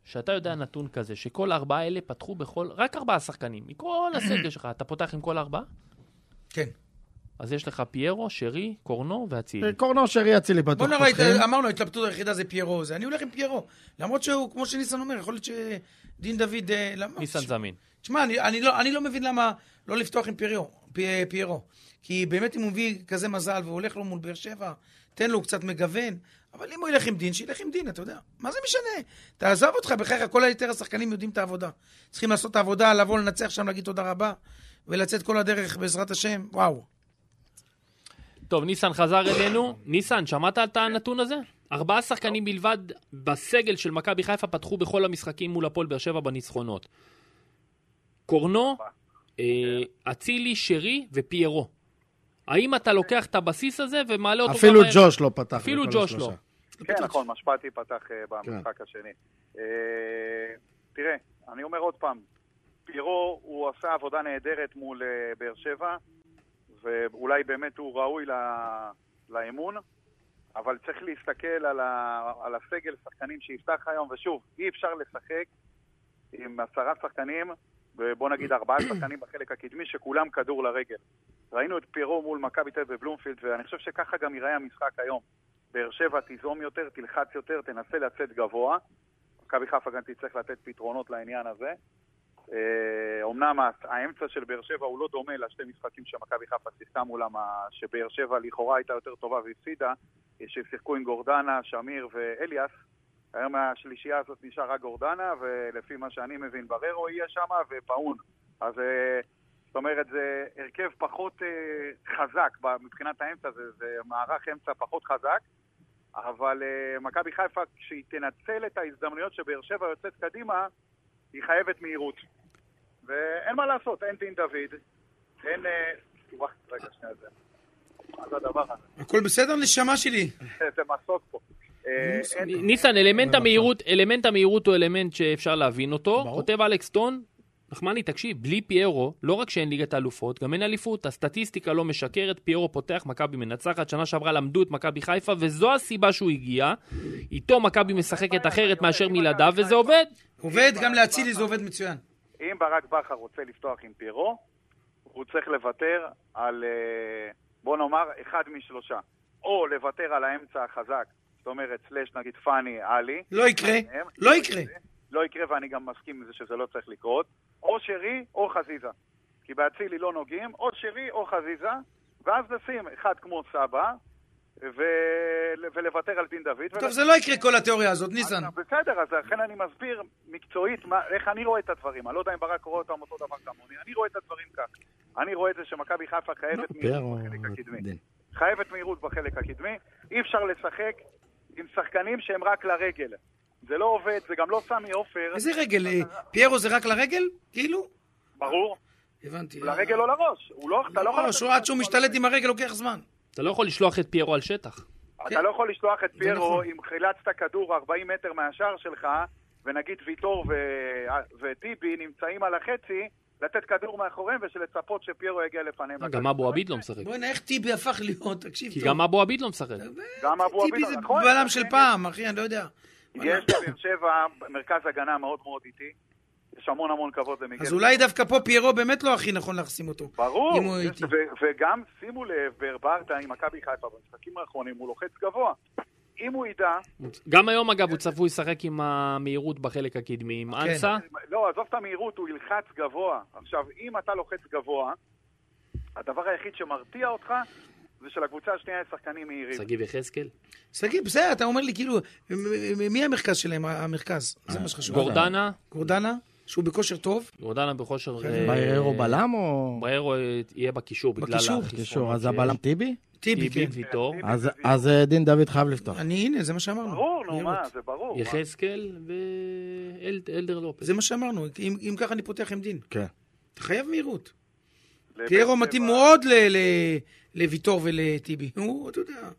Speaker 6: שאתה יודע נתון כזה, שכל הארבעה האלה פתחו בכל... רק ארבעה שחקנים. מכל הסגל שלך, אתה פותח עם כל ארבעה?
Speaker 7: כן.
Speaker 6: אז יש לך פיירו, שרי, קורנו ואצילי.
Speaker 2: אה, קורנו שרי אצילי בטוח
Speaker 7: בוא נראה,
Speaker 6: אה,
Speaker 2: פותחים.
Speaker 7: את- אמרנו, ההתלבטות היחידה זה פיירו. זה, אני הולך עם פיירו. למרות שהוא, כמו שניסן אומר, יכול להיות שדין דוד... אה, למה?
Speaker 6: ניסן זמין.
Speaker 7: תשמע, אני, אני, לא, אני לא מבין למה לא לפתוח עם פיירו, פי, פיירו. כי באמת אם הוא מביא כזה מזל והוא הולך לו מול באר שבע, תן לו קצת מגוון, אבל אם הוא ילך עם דין, שילך עם דין, אתה יודע. מה זה משנה? תעזוב אותך, בחייך, כל היתר השחקנים יודעים את העבודה. צריכים לעשות את העבודה, לבוא לנצח שם, להגיד תודה רבה, ולצאת כל הדרך בעזרת השם, וואו.
Speaker 6: טוב, ניסן חזר אלינו. ניסן, שמעת את הנתון הזה? ארבעה שחקנים בלבד בסגל של מכבי חיפה פתחו בכל המשחקים מול הפועל באר שבע בניצחונות. קורנו, אה, אצילי, שרי ופיירו. האם אתה לוקח את הבסיס הזה ומעלה אותו
Speaker 2: אפילו
Speaker 6: גם הערב?
Speaker 2: ג'וש לא פתח
Speaker 6: אה, אפילו
Speaker 2: בכל
Speaker 6: ג'וש
Speaker 2: השלושה.
Speaker 6: לא.
Speaker 4: כן, נכון, משפטי פתח אה, במשחק השני. אה, תראה, אני אומר עוד פעם, פירו הוא עשה עבודה נהדרת מול אה, באר שבע, ואולי באמת הוא ראוי ל- לאמון, אבל צריך להסתכל על, ה... על הסגל שחקנים שיפתח היום, ושוב, אי אפשר לשחק עם עשרה שחקנים, ובוא נגיד ארבעה שחקנים בחלק הקדמי, שכולם כדור לרגל. ראינו את פירו מול מכבי תל אביב בבלומפילד, ואני חושב שככה גם ייראה המשחק היום. באר שבע תיזום יותר, תלחץ יותר, תנסה לצאת גבוה. מכבי חיפה גם תצטרך לתת פתרונות לעניין הזה. אה, אומנם ה- האמצע של באר שבע הוא לא דומה לשתי משחקים שמכבי חיפה שיחקה מולם, ה- שבאר שבע לכאורה הייתה יותר טובה והפסידה, אה, ששיחקו עם גורדנה, שמיר ואליאס. היום השלישייה הזאת נשאר רק גורדנה, ולפי מה שאני מבין, בררו יהיה שם ופאון. אז אה, זאת אומרת, זה הרכב פחות אה, חזק ב- מבחינת האמצע, זה, זה מערך אמצע פחות חזק, אבל אה, מכבי חיפה, כשהיא תנצל את ההזדמנויות שבאר שבע יוצאת קדימה, היא חייבת מהירות. ואין מה לעשות, אין דין דוד, אין... אה, וואי, רגע, שנייה, זה... מה זה הדבר הזה?
Speaker 7: הכל בסדר, נשמה שלי.
Speaker 4: זה מסוק פה. אה, אין-
Speaker 6: ניסן, אלמנט המהירות, אלמנט המהירות הוא אלמנט שאפשר להבין אותו.
Speaker 2: ברור.
Speaker 6: כותב אלכס טון, נחמני, תקשיב, בלי פיירו, לא רק שאין ליגת האלופות, גם אין אליפות. הסטטיסטיקה לא משקרת, פיירו פותח, מכבי מנצחת. שנה שעברה למדו את מכבי חיפה, וזו הסיבה שהוא הגיע. איתו מכבי משחקת אחרת מאשר מלעדיו, וזה עובד.
Speaker 7: עובד, גם להצילי זה עובד מצוין.
Speaker 4: אם ברק בכר רוצה לפתוח עם פירו, הוא צריך לוותר על, אה, בוא נאמר, אחד משלושה. או לוותר על האמצע החזק, זאת אומרת, סלש נגיד פאני, עלי.
Speaker 7: לא יקרה,
Speaker 4: הם-
Speaker 7: לא יקרה.
Speaker 4: לא יקרה, ואני גם מסכים עם זה שזה לא צריך לקרות. או שרי או חזיזה. כי באצילי לא נוגעים, או שרי או חזיזה, ואז נשים אחד כמו סבא, ו... ולוותר על דין דוד.
Speaker 7: טוב, זה לא יקרה כל התיאוריה הזאת, ניסן.
Speaker 4: אז בסדר, אז לכן אני מסביר מקצועית מה, איך אני רואה את הדברים. אני לא יודע אם ברק רואה אותם אותו דבר כמוני, אני רואה את הדברים כך. אני רואה את זה שמכבי חיפה חייבת
Speaker 7: לא,
Speaker 4: מהירות בחלק הקדמי. חייבת מהירות בחלק הקדמי. אי אפשר לשחק עם שחקנים שהם רק לרגל. זה לא עובד, זה גם לא סמי עופר,
Speaker 7: איזה רגל? אה, פיירו זה רק לרגל? כאילו?
Speaker 4: ברור.
Speaker 7: הבנתי.
Speaker 4: לרגל או לראש. הוא לא, אתה לא יכול...
Speaker 7: לא, שהוא- עד שהוא משתלט עם הרגל לוקח זמן.
Speaker 6: אתה לא יכול לשלוח את פיירו על שטח.
Speaker 4: אתה לא יכול לשלוח את פיירו
Speaker 7: כן. נכון.
Speaker 4: אם חילצת כדור 40 מטר מהשער שלך, ונגיד ויטור ו- וטיבי נמצאים על החצי, לתת כדור מאחוריהם ולצפות שפיירו יגיע לפניהם. נכון?
Speaker 6: גם אבו עביד לא משחק.
Speaker 7: בוא'נה, איך טיבי הפך להיות, תקשיב
Speaker 6: כי
Speaker 7: טוב. אה,
Speaker 6: גם אבו עביד לא משחק.
Speaker 4: גם אבו עביד,
Speaker 7: טיבי זה
Speaker 4: נכון,
Speaker 7: בלם
Speaker 4: לכן
Speaker 7: של
Speaker 4: יש-
Speaker 7: פעם, אחי, אני לא יודע.
Speaker 4: יש לבאר שבע מרכז הגנה מאוד מאוד איטי. יש המון המון כבוד למיגל.
Speaker 7: אז אולי דווקא פה פיירו באמת לא הכי נכון להחסים אותו. אם
Speaker 4: ברור,
Speaker 7: הוא
Speaker 4: יש-
Speaker 7: איטי.
Speaker 4: ו- וגם שימו לב, באר ברדה עם מכבי חיפה במשחקים האחרונים, הוא לוחץ גבוה. אם הוא ידע,
Speaker 6: גם היום, אגב, הוא צפוי לשחק עם המהירות בחלק הקדמי, עם אנסה.
Speaker 4: לא, עזוב את המהירות, הוא ילחץ גבוה. עכשיו, אם אתה לוחץ גבוה, הדבר היחיד שמרתיע אותך זה שלקבוצה השנייה יש שחקנים מהירים.
Speaker 6: שגיב יחזקאל.
Speaker 7: שגיא, בסדר, אתה אומר לי, כאילו, מ- מ- מי המרכז שלהם, המרכז? זה מה שחשוב.
Speaker 6: גורדנה,
Speaker 7: גורדנה, שהוא בכושר טוב.
Speaker 6: גורדנה בכושר...
Speaker 2: כן,
Speaker 6: אה,
Speaker 2: בריירו בלם או...
Speaker 6: בריירו אה, יהיה בקישור בגלל
Speaker 7: בקישור,
Speaker 2: קישור,
Speaker 6: החיסרון.
Speaker 2: אז הבלם טיבי?
Speaker 7: טיבי, כן.
Speaker 6: ויטור,
Speaker 2: אז- אז אה, דין דוד חייב לפתוח.
Speaker 7: אני, הנה, זה מה שאמרנו.
Speaker 4: ברור, נו
Speaker 7: לראות.
Speaker 4: מה, זה ברור.
Speaker 6: יחזקאל ואלדר לופס.
Speaker 7: זה מה שאמרנו, אם אם ככה אני פותח עם דין.
Speaker 2: כן.
Speaker 7: אתה חייב מהירות.
Speaker 4: לבאר
Speaker 7: פיירו
Speaker 4: שבע-
Speaker 7: מתאים מאוד ל- ל- לוויטור ולטיבי. הוא, אתה יודע,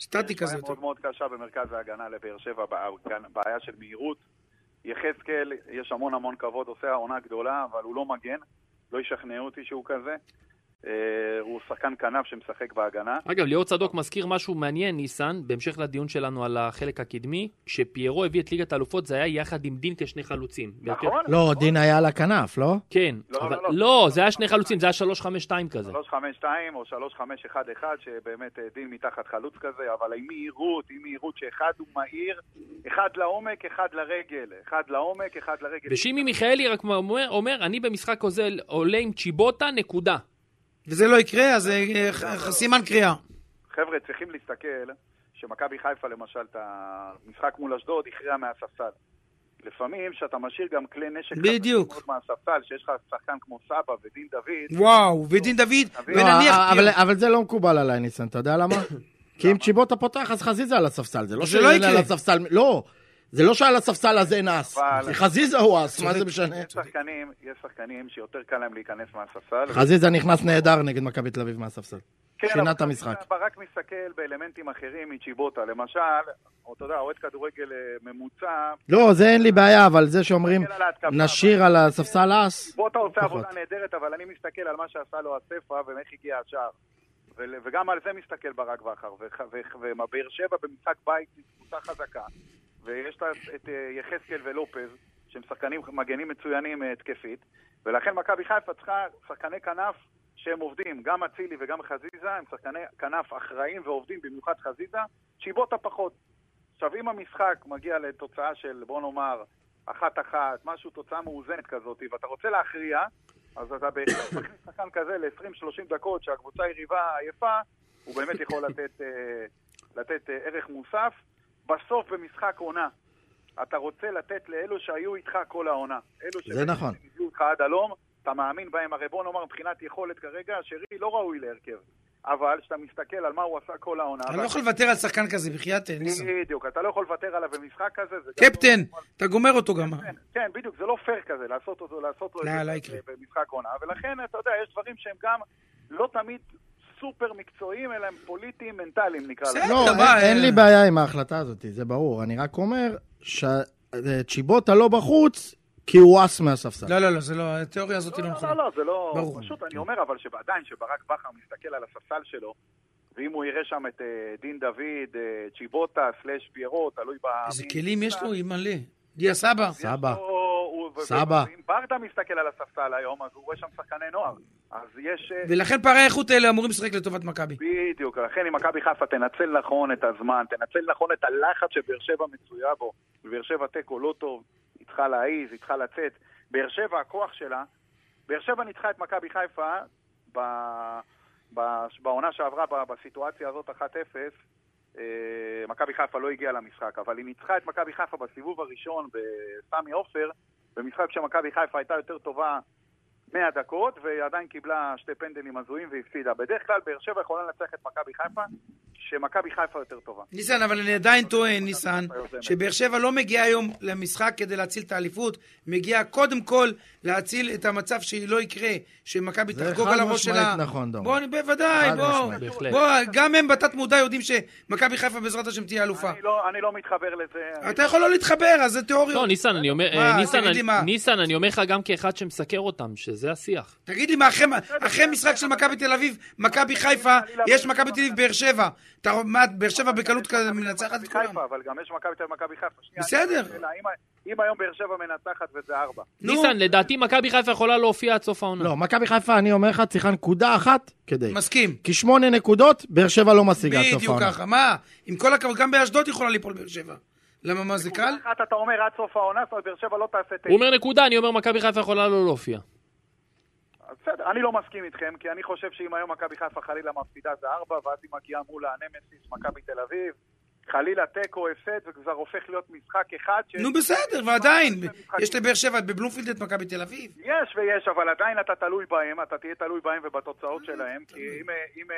Speaker 7: סטטי
Speaker 4: יש בעיה
Speaker 7: כזאת.
Speaker 4: מאוד מאוד קשה במרכז ההגנה לבאר שבע, בע- בעיה של מהירות. יחזקאל, יש המון המון כבוד, עושה עונה גדולה, אבל הוא לא מגן. לא ישכנעו אותי שהוא כזה. אה, הוא שחקן כנף שמשחק בהגנה.
Speaker 6: אגב, ליאור צדוק מזכיר משהו מעניין, ניסן, בהמשך לדיון שלנו על החלק הקדמי, כשפיירו הביא את ליגת האלופות זה היה יחד עם דין כשני חלוצים.
Speaker 4: נכון?
Speaker 2: לא, דין היה על הכנף, לא?
Speaker 6: כן,
Speaker 4: לא,
Speaker 6: אבל...
Speaker 4: לא, לא.
Speaker 6: לא, זה היה שני חלוצים, זה היה 3-5-2 כזה.
Speaker 4: 352 או 3511, שבאמת אה, דין מתחת חלוץ כזה, אבל עם מהירות, עם מהירות שאחד הוא מהיר, אחד לעומק, אחד לרגל. אחד לעומק, אחד לרגל.
Speaker 6: ושימי מיכאלי רק אומר, אומר, אני במשחק הזה עולה עם צ'יבוטה, נקודה.
Speaker 7: וזה לא יקרה, אז אה, ח-
Speaker 4: לא-
Speaker 7: ח- סימן קריאה.
Speaker 4: חבר'ה, צריכים להסתכל שמכבי חיפה, למשל, את המשחק מול אשדוד, הכריעה מהספסל. לפעמים, שאתה משאיר גם כלי נשק... חזקים
Speaker 7: בדיוק.
Speaker 4: מאוד מהספסל, שיש לך שחקן כמו סבא ודין דוד,
Speaker 7: וואו, ודין דוד,
Speaker 4: לא,
Speaker 2: לא,
Speaker 7: ונניח
Speaker 2: אבל-
Speaker 7: פיירו.
Speaker 2: אבל זה לא מקובל עליי, ניסן, אתה יודע למה? כי אם צ'יבוטה פותח, אז חזיזה על הספסל. זה לא
Speaker 7: זה לא
Speaker 2: שאין על
Speaker 7: יקרה.
Speaker 2: הספסל... לא, זה לא שעל הספסל אז אין אס.
Speaker 4: אבל-
Speaker 2: חזיזה הוא אס, מה זה משנה?
Speaker 4: יש שחקנים, יש שחקנים שיותר קל להם להיכנס מהספסל.
Speaker 2: חזיזה נכנס נהדר נגד מכבי תל אביב מהספסל.
Speaker 4: כן,
Speaker 2: שינה
Speaker 4: אבל
Speaker 2: את המשחק.
Speaker 4: ברק מסתכל באלמנטים אחרים מצ'יבוטה. למשל, אתה יודע, אוהד כדורגל אה, ממוצע,
Speaker 2: לא, זה אין לי בעיה, אבל זה שאומרים,
Speaker 4: תסתכל על ההתקפה,
Speaker 2: נשיר על הספסל אס,
Speaker 4: בוטה עושה
Speaker 2: פחות.
Speaker 4: עבודה נהדרת, אבל אני מסתכל על מה שעשה לו הספרה ואיך הגיע השער. ול- וגם על זה מסתכל ברק בכר. וח- וח- ובאר שבע במשחק בית היא קבוצה חזקה, ויש לה את אה, יחזקאל ולופז, שהם שחקנים, מגנים מצוינים אה, התקפית, ולכן מכבי חיפה צריכה שחקני כנף שהם עובדים, גם אצילי וגם חזיזה, הם שחקני כנף אחראים ועובדים, במיוחד חזיזה, שיבוטה פחות. עכשיו, אם המשחק מגיע לתוצאה של, בוא נאמר, אחת-אחת, משהו, תוצאה מאוזנת כזאת, ואתה רוצה להכריע, אז אתה בהחלט מכניס שחקן כזה ל-20-30 דקות, שהקבוצה היריבה עייפה, הוא באמת יכול לתת, אה, לתת אה, ערך מוסף. בסוף, במשחק עונה, אתה רוצה לתת לאלו שהיו איתך כל העונה. אלו
Speaker 2: זה נכון.
Speaker 4: שהיו איתך עד הלום, אתה מאמין בהם. הרי בוא נאמר, מבחינת יכולת כרגע, שרי לא ראוי להרכב. אבל כשאתה מסתכל על מה הוא עשה כל העונה...
Speaker 7: אני לא
Speaker 4: ואתה-
Speaker 7: יכול לוותר על שחקן כזה, בחייאת אה, ניסן.
Speaker 4: בדיוק, אתה לא יכול לוותר עליו במשחק כזה. זה גם
Speaker 7: קפטן,
Speaker 4: לא-
Speaker 7: אתה גומר אותו גם.
Speaker 4: כן, כן, בדיוק, זה לא פייר כזה, לעשות אותו, לעשות אותו
Speaker 7: לא,
Speaker 4: את זה
Speaker 7: לא יקרה.
Speaker 4: במשחק עונה, ולכן, אתה יודע, יש דברים שהם גם לא תמיד סופר מקצועיים, אלא הם פוליטיים מנטליים, נקרא להם.
Speaker 2: לא,
Speaker 7: אתה בא,
Speaker 2: אין- אין
Speaker 7: אה.
Speaker 2: לי בעיה עם ההחלטה הזאת, זה ברור. אני רק אומר שצ'יבוטה לא בחוץ, כי הוא אס מהספסל.
Speaker 7: לא, לא, לא, זה לא, התיאוריה הזאת היא
Speaker 4: לא,
Speaker 7: לא
Speaker 4: לא,
Speaker 7: נכונה.
Speaker 4: לא, לא, זה לא...
Speaker 7: ברור.
Speaker 4: פשוט, אני אומר, אבל שעדיין, שברק בכר מסתכל על הספסל שלו, ואם הוא יראה שם את אה, דין דוד, אה, צ'יבוטה, סלאש פיירו, תלוי ב...
Speaker 7: איזה
Speaker 4: מי-
Speaker 7: כלים יש לו, היא מלא. דיה סבא.
Speaker 4: יש
Speaker 2: סבא.
Speaker 4: לו- לא, הוא-
Speaker 2: סבא.
Speaker 4: ואם ברדה מסתכל על הספסל היום, אז הוא רואה שם שחקני נוער. אז יש... אה,
Speaker 7: ולכן פערי האיכות האלה אמורים לשחק לטובת מכבי.
Speaker 4: בדיוק, לכן אם מכבי חיפה תנצל נכון את הזמן, תנצל נכון את הלחץ שבאר שבע מצויה בו, ובאר שבע תיקו לא טוב, היא צריכה להעיז, היא צריכה לצאת. באר שבע, הכוח שלה, באר שבע ניצחה את מכבי חיפה ב... ב... בעונה שעברה ב... בסיטואציה הזאת 1-0. אה, מכבי חיפה לא הגיעה למשחק, אבל היא ניצחה את מכבי חיפה בסיבוב הראשון בסמי עופר, במשחק שמכבי חיפה הייתה יותר טובה 100 דקות, ועדיין קיבלה שתי פנדלים הזויים והפסידה. בדרך כלל באר שבע יכולה לנצח את מכבי חיפה שמכבי חיפה יותר טובה.
Speaker 7: ניסן, אבל אני עדיין טוען, ניסן,
Speaker 4: היוזמת.
Speaker 7: שבאר שבע לא מגיעה היום למשחק כדי להציל את האליפות, מגיעה קודם כל להציל את המצב שלא יקרה, שמכבי
Speaker 2: זה
Speaker 7: תחגוג על
Speaker 2: חד
Speaker 7: הראש
Speaker 2: משמעית
Speaker 7: שלה.
Speaker 2: נכון, דורון.
Speaker 7: בוא, אני- בוודאי,
Speaker 2: חד
Speaker 7: בוא.
Speaker 2: משמעית.
Speaker 6: בהחלט.
Speaker 7: בוא, גם הם בתת מודע יודעים שמכבי חיפה בעזרת השם תהיה אלופה.
Speaker 4: אני לא- אני לא מתחבר לזה. אני-
Speaker 7: אתה יכול לא להתחבר, אז זה
Speaker 6: לא,
Speaker 7: תיאוריות.
Speaker 6: ניסן, אני אומר,
Speaker 7: מה,
Speaker 6: אה,
Speaker 7: אז
Speaker 6: ניסן,
Speaker 7: תגיד לי
Speaker 6: אני-
Speaker 7: מה.
Speaker 6: ניסן, אני אומר לך גם כאחד שמסקר אותם, שזה השיח.
Speaker 7: תגיד לי, מה, אחרי- אחרי משחק של מכבי תל אביב, מכבי חיפה, יש מכבי תל אביב באר שבע. אתה רואה, מה, באר שבע בקלות כזה מנצחת את
Speaker 4: מכבי
Speaker 7: כולם.
Speaker 4: חיפה, אבל גם יש מכבי תל אביב מכבי חיפה. שנייה,
Speaker 7: בסדר.
Speaker 4: אני שואל, אם- אם היום באר שבע מנצחת וזה ארבע.
Speaker 7: נו.
Speaker 6: ניסן, לדעתי מכבי חיפה יכולה להופיע עד סוף העונה.
Speaker 2: לא, מכבי חיפה, אני אומר לך, צריכה נקודה אחת כדי.
Speaker 7: מסכים.
Speaker 2: כי שמונה נקודות, באר שבע לא משיגה עד סוף
Speaker 7: בדיוק
Speaker 2: העונה.
Speaker 7: ככה, מה? עם כל הכבוד, גם באשדוד יכולה ליפול באר שבע. למה, מה זה קל?
Speaker 4: אחת אתה אומר עד סוף העונה, זאת אומרת באר שבע לא תעשה תשע.
Speaker 6: הוא אומר נקודה, אני אומר מכבי חיפה יכולה לא להופיע.
Speaker 4: אז בסדר, אני לא מסכים איתכם, כי אני חושב שאם היום מכבי חיפה חלילה מפסידה זה ארבע, ואז היא מגיעה מול הנמסיס, מכבי תל אביב, חלילה תיקו, הפסד, וכבר הופך להיות משחק אחד ש...
Speaker 7: נו בסדר, ועדיין,
Speaker 4: משחקים.
Speaker 7: יש לבאר שבע בבלומפילד את מכבי תל אביב.
Speaker 4: יש ויש, אבל עדיין אתה תלוי בהם, אתה תהיה תלוי בהם ובתוצאות שלהם, כי אם, אה, אם אה,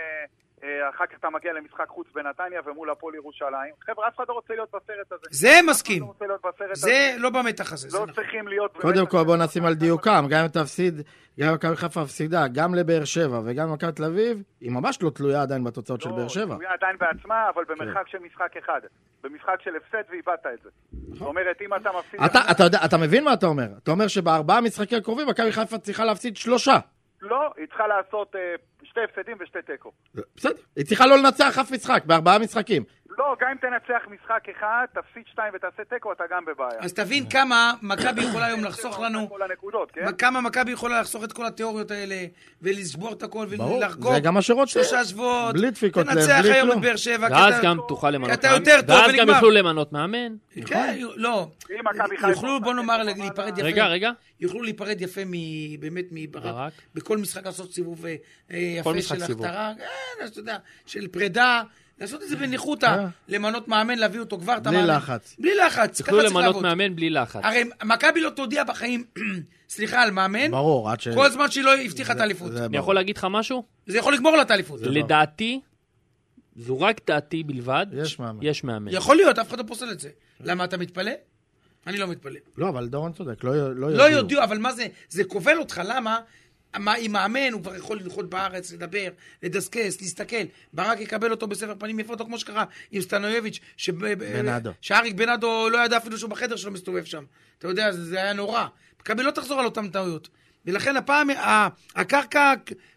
Speaker 4: אה, אחר כך אתה מגיע למשחק חוץ בנתניה ומול הפועל ירושלים, חבר'ה, אף אחד לא רוצה להיות בסרט הזה.
Speaker 7: זה מסכים.
Speaker 4: לא רוצה להיות בסרט הזה.
Speaker 7: זה לא במתח הזה, זה
Speaker 4: לא
Speaker 7: נכון.
Speaker 4: צריכים להיות...
Speaker 2: קודם
Speaker 4: באמת-
Speaker 2: כל בוא נשים על דיוקם, גם אם תפסיד, גם אם מכבי חיפה הפסידה, גם לבאר שבע וגם למכבי תל אביב, היא ממש לא תלויה עדיין בתוצאות של
Speaker 4: לא,
Speaker 2: באר שבע. כן.
Speaker 4: תלויה עדיין בעצמה, אבל במרחק של משחק אחד. במשחק של הפסד ואיבדת את זה. זאת אומרת, אם אתה מפסיד...
Speaker 2: נכון. אתה, אתה יודע, אתה מבין מה אתה אומר? אתה אומר שבארבעה המשחקים הקרובים מכבי חיפה צריכה להפסיד שלושה.
Speaker 4: לא, היא צריכה לעשות אה, שתי הפסדים ושתי תיקו.
Speaker 2: בסדר. היא צריכה לא לנצח אף משחק בארבעה משחקים.
Speaker 4: לא, גם אם תנצח משחק אחד, תפסיד שתיים ותעשה תיקו, אתה גם בבעיה.
Speaker 7: אז תבין כמה מכבי יכולה היום לחסוך לנו,
Speaker 4: כל הנקודות, כן?
Speaker 7: כמה מכבי יכולה לחסוך את כל התיאוריות האלה, ולשבור את הכל,
Speaker 2: ברור,
Speaker 7: ולחגוג.
Speaker 2: זה גם מה שרוצה.
Speaker 7: שלושה שבועות.
Speaker 2: בלי דפיקות לב,
Speaker 7: תנצח
Speaker 2: בלי
Speaker 7: היום את
Speaker 2: כלום.
Speaker 7: באר שבע. כי
Speaker 6: ואז
Speaker 7: אתה-
Speaker 6: גם תוכל למנות
Speaker 7: אתה
Speaker 6: מאמן.
Speaker 7: יותר טוב
Speaker 6: ואז גם
Speaker 7: ונגמר.
Speaker 6: יוכלו למנות מאמן.
Speaker 7: כן,
Speaker 6: נכון.
Speaker 7: לא.
Speaker 4: אם מכבי חיפה-
Speaker 7: יוכלו, בוא נאמר, להיפרד יפה.
Speaker 6: רגע, רגע.
Speaker 7: יוכלו להיפרד יפה מ- באמת מברק.
Speaker 6: ברק.
Speaker 7: בכל משחק לעשות סיבוב אה, אה, יפה
Speaker 6: משחק
Speaker 7: של
Speaker 6: סיבוב.
Speaker 7: הכתרה, אה, אתה יודע, של פרידה, לעשות את זה בניחותא,
Speaker 2: אה.
Speaker 7: למנות מאמן, להביא אותו כבר, את
Speaker 2: בלי
Speaker 7: המאמן.
Speaker 2: לחץ.
Speaker 7: בלי לחץ, ככה
Speaker 6: יוכלו
Speaker 7: צריך
Speaker 6: למנות
Speaker 7: לעבוד.
Speaker 6: מאמן בלי לחץ.
Speaker 7: הרי מכבי לא תודיע בחיים, סליחה, על מאמן,
Speaker 2: ברור, עד ש...
Speaker 7: כל זמן שהיא לא הבטיחה את האליפות.
Speaker 2: זה
Speaker 6: אני
Speaker 2: ברור.
Speaker 6: יכול להגיד לך משהו?
Speaker 7: זה יכול לגמור לה את האליפות.
Speaker 2: לא.
Speaker 6: לדעתי, זו רק דעתי בלבד.
Speaker 2: יש מאמן.
Speaker 6: יש מאמן.
Speaker 7: יכול להיות, אף אחד לא פוסל את זה. למה, אתה מתפלא? אני לא מתפלא.
Speaker 2: לא, אבל דורון צודק, לא, לא יודעים.
Speaker 7: לא יודיעו, אבל מה זה, זה כובל אותך, למה? מה, עם מאמן, הוא כבר יכול לנחות בארץ, לדבר, לדסקס, להסתכל. ברק יקבל אותו בסבר פנים יפות, או כמו שקרה עם סטנויביץ', ש...
Speaker 2: בנאדו.
Speaker 7: שאריק בנאדו לא ידע אפילו שהוא בחדר שלו מסתובב שם. אתה יודע, זה, זה היה נורא. מכבי לא תחזור על אותן טעויות. ולכן הפעם ה- הקרקע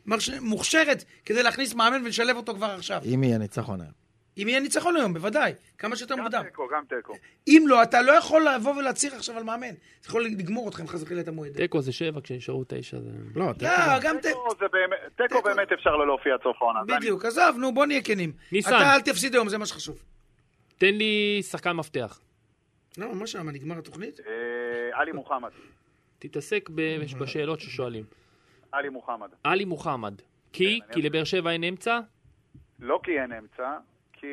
Speaker 7: מרש- מוכשרת כדי להכניס מאמן ולשלב אותו כבר עכשיו.
Speaker 2: אם יהיה ניצחון היום.
Speaker 7: אם יהיה ניצחון היום, בוודאי, כמה שיותר
Speaker 4: גם
Speaker 7: מוקדם.
Speaker 4: תיקו, גם תיקו.
Speaker 7: אם לא, אתה לא יכול לבוא ולהצהיר עכשיו על מאמן. זה יכול לגמור אותך אם חס וחלילה אתה מועד.
Speaker 6: תיקו זה שבע, כשנשארו תשע זה...
Speaker 2: לא, אתה...
Speaker 7: לא, גם ת...
Speaker 4: תיקו זה באמת- תיקו באמת אפשר לא להופיע עד סוף העונה. זה אני-
Speaker 7: בדיוק, עזוב, נו, בוא נהיה כנים.
Speaker 6: ניסן.
Speaker 7: אתה אל תפסיד היום, זה מה שחשוב.
Speaker 6: תן לי שחקן מפתח.
Speaker 7: לא, מה שם, נגמר התוכנית?
Speaker 4: אה, עלי מוחמד.
Speaker 6: תתעסק ב- בשאלות ששואלים.
Speaker 4: עלי מוחמד.
Speaker 6: עלי מוחמד. כי? כי לבאר שבע אין אמצע?
Speaker 4: לא כי אין אמצע, כי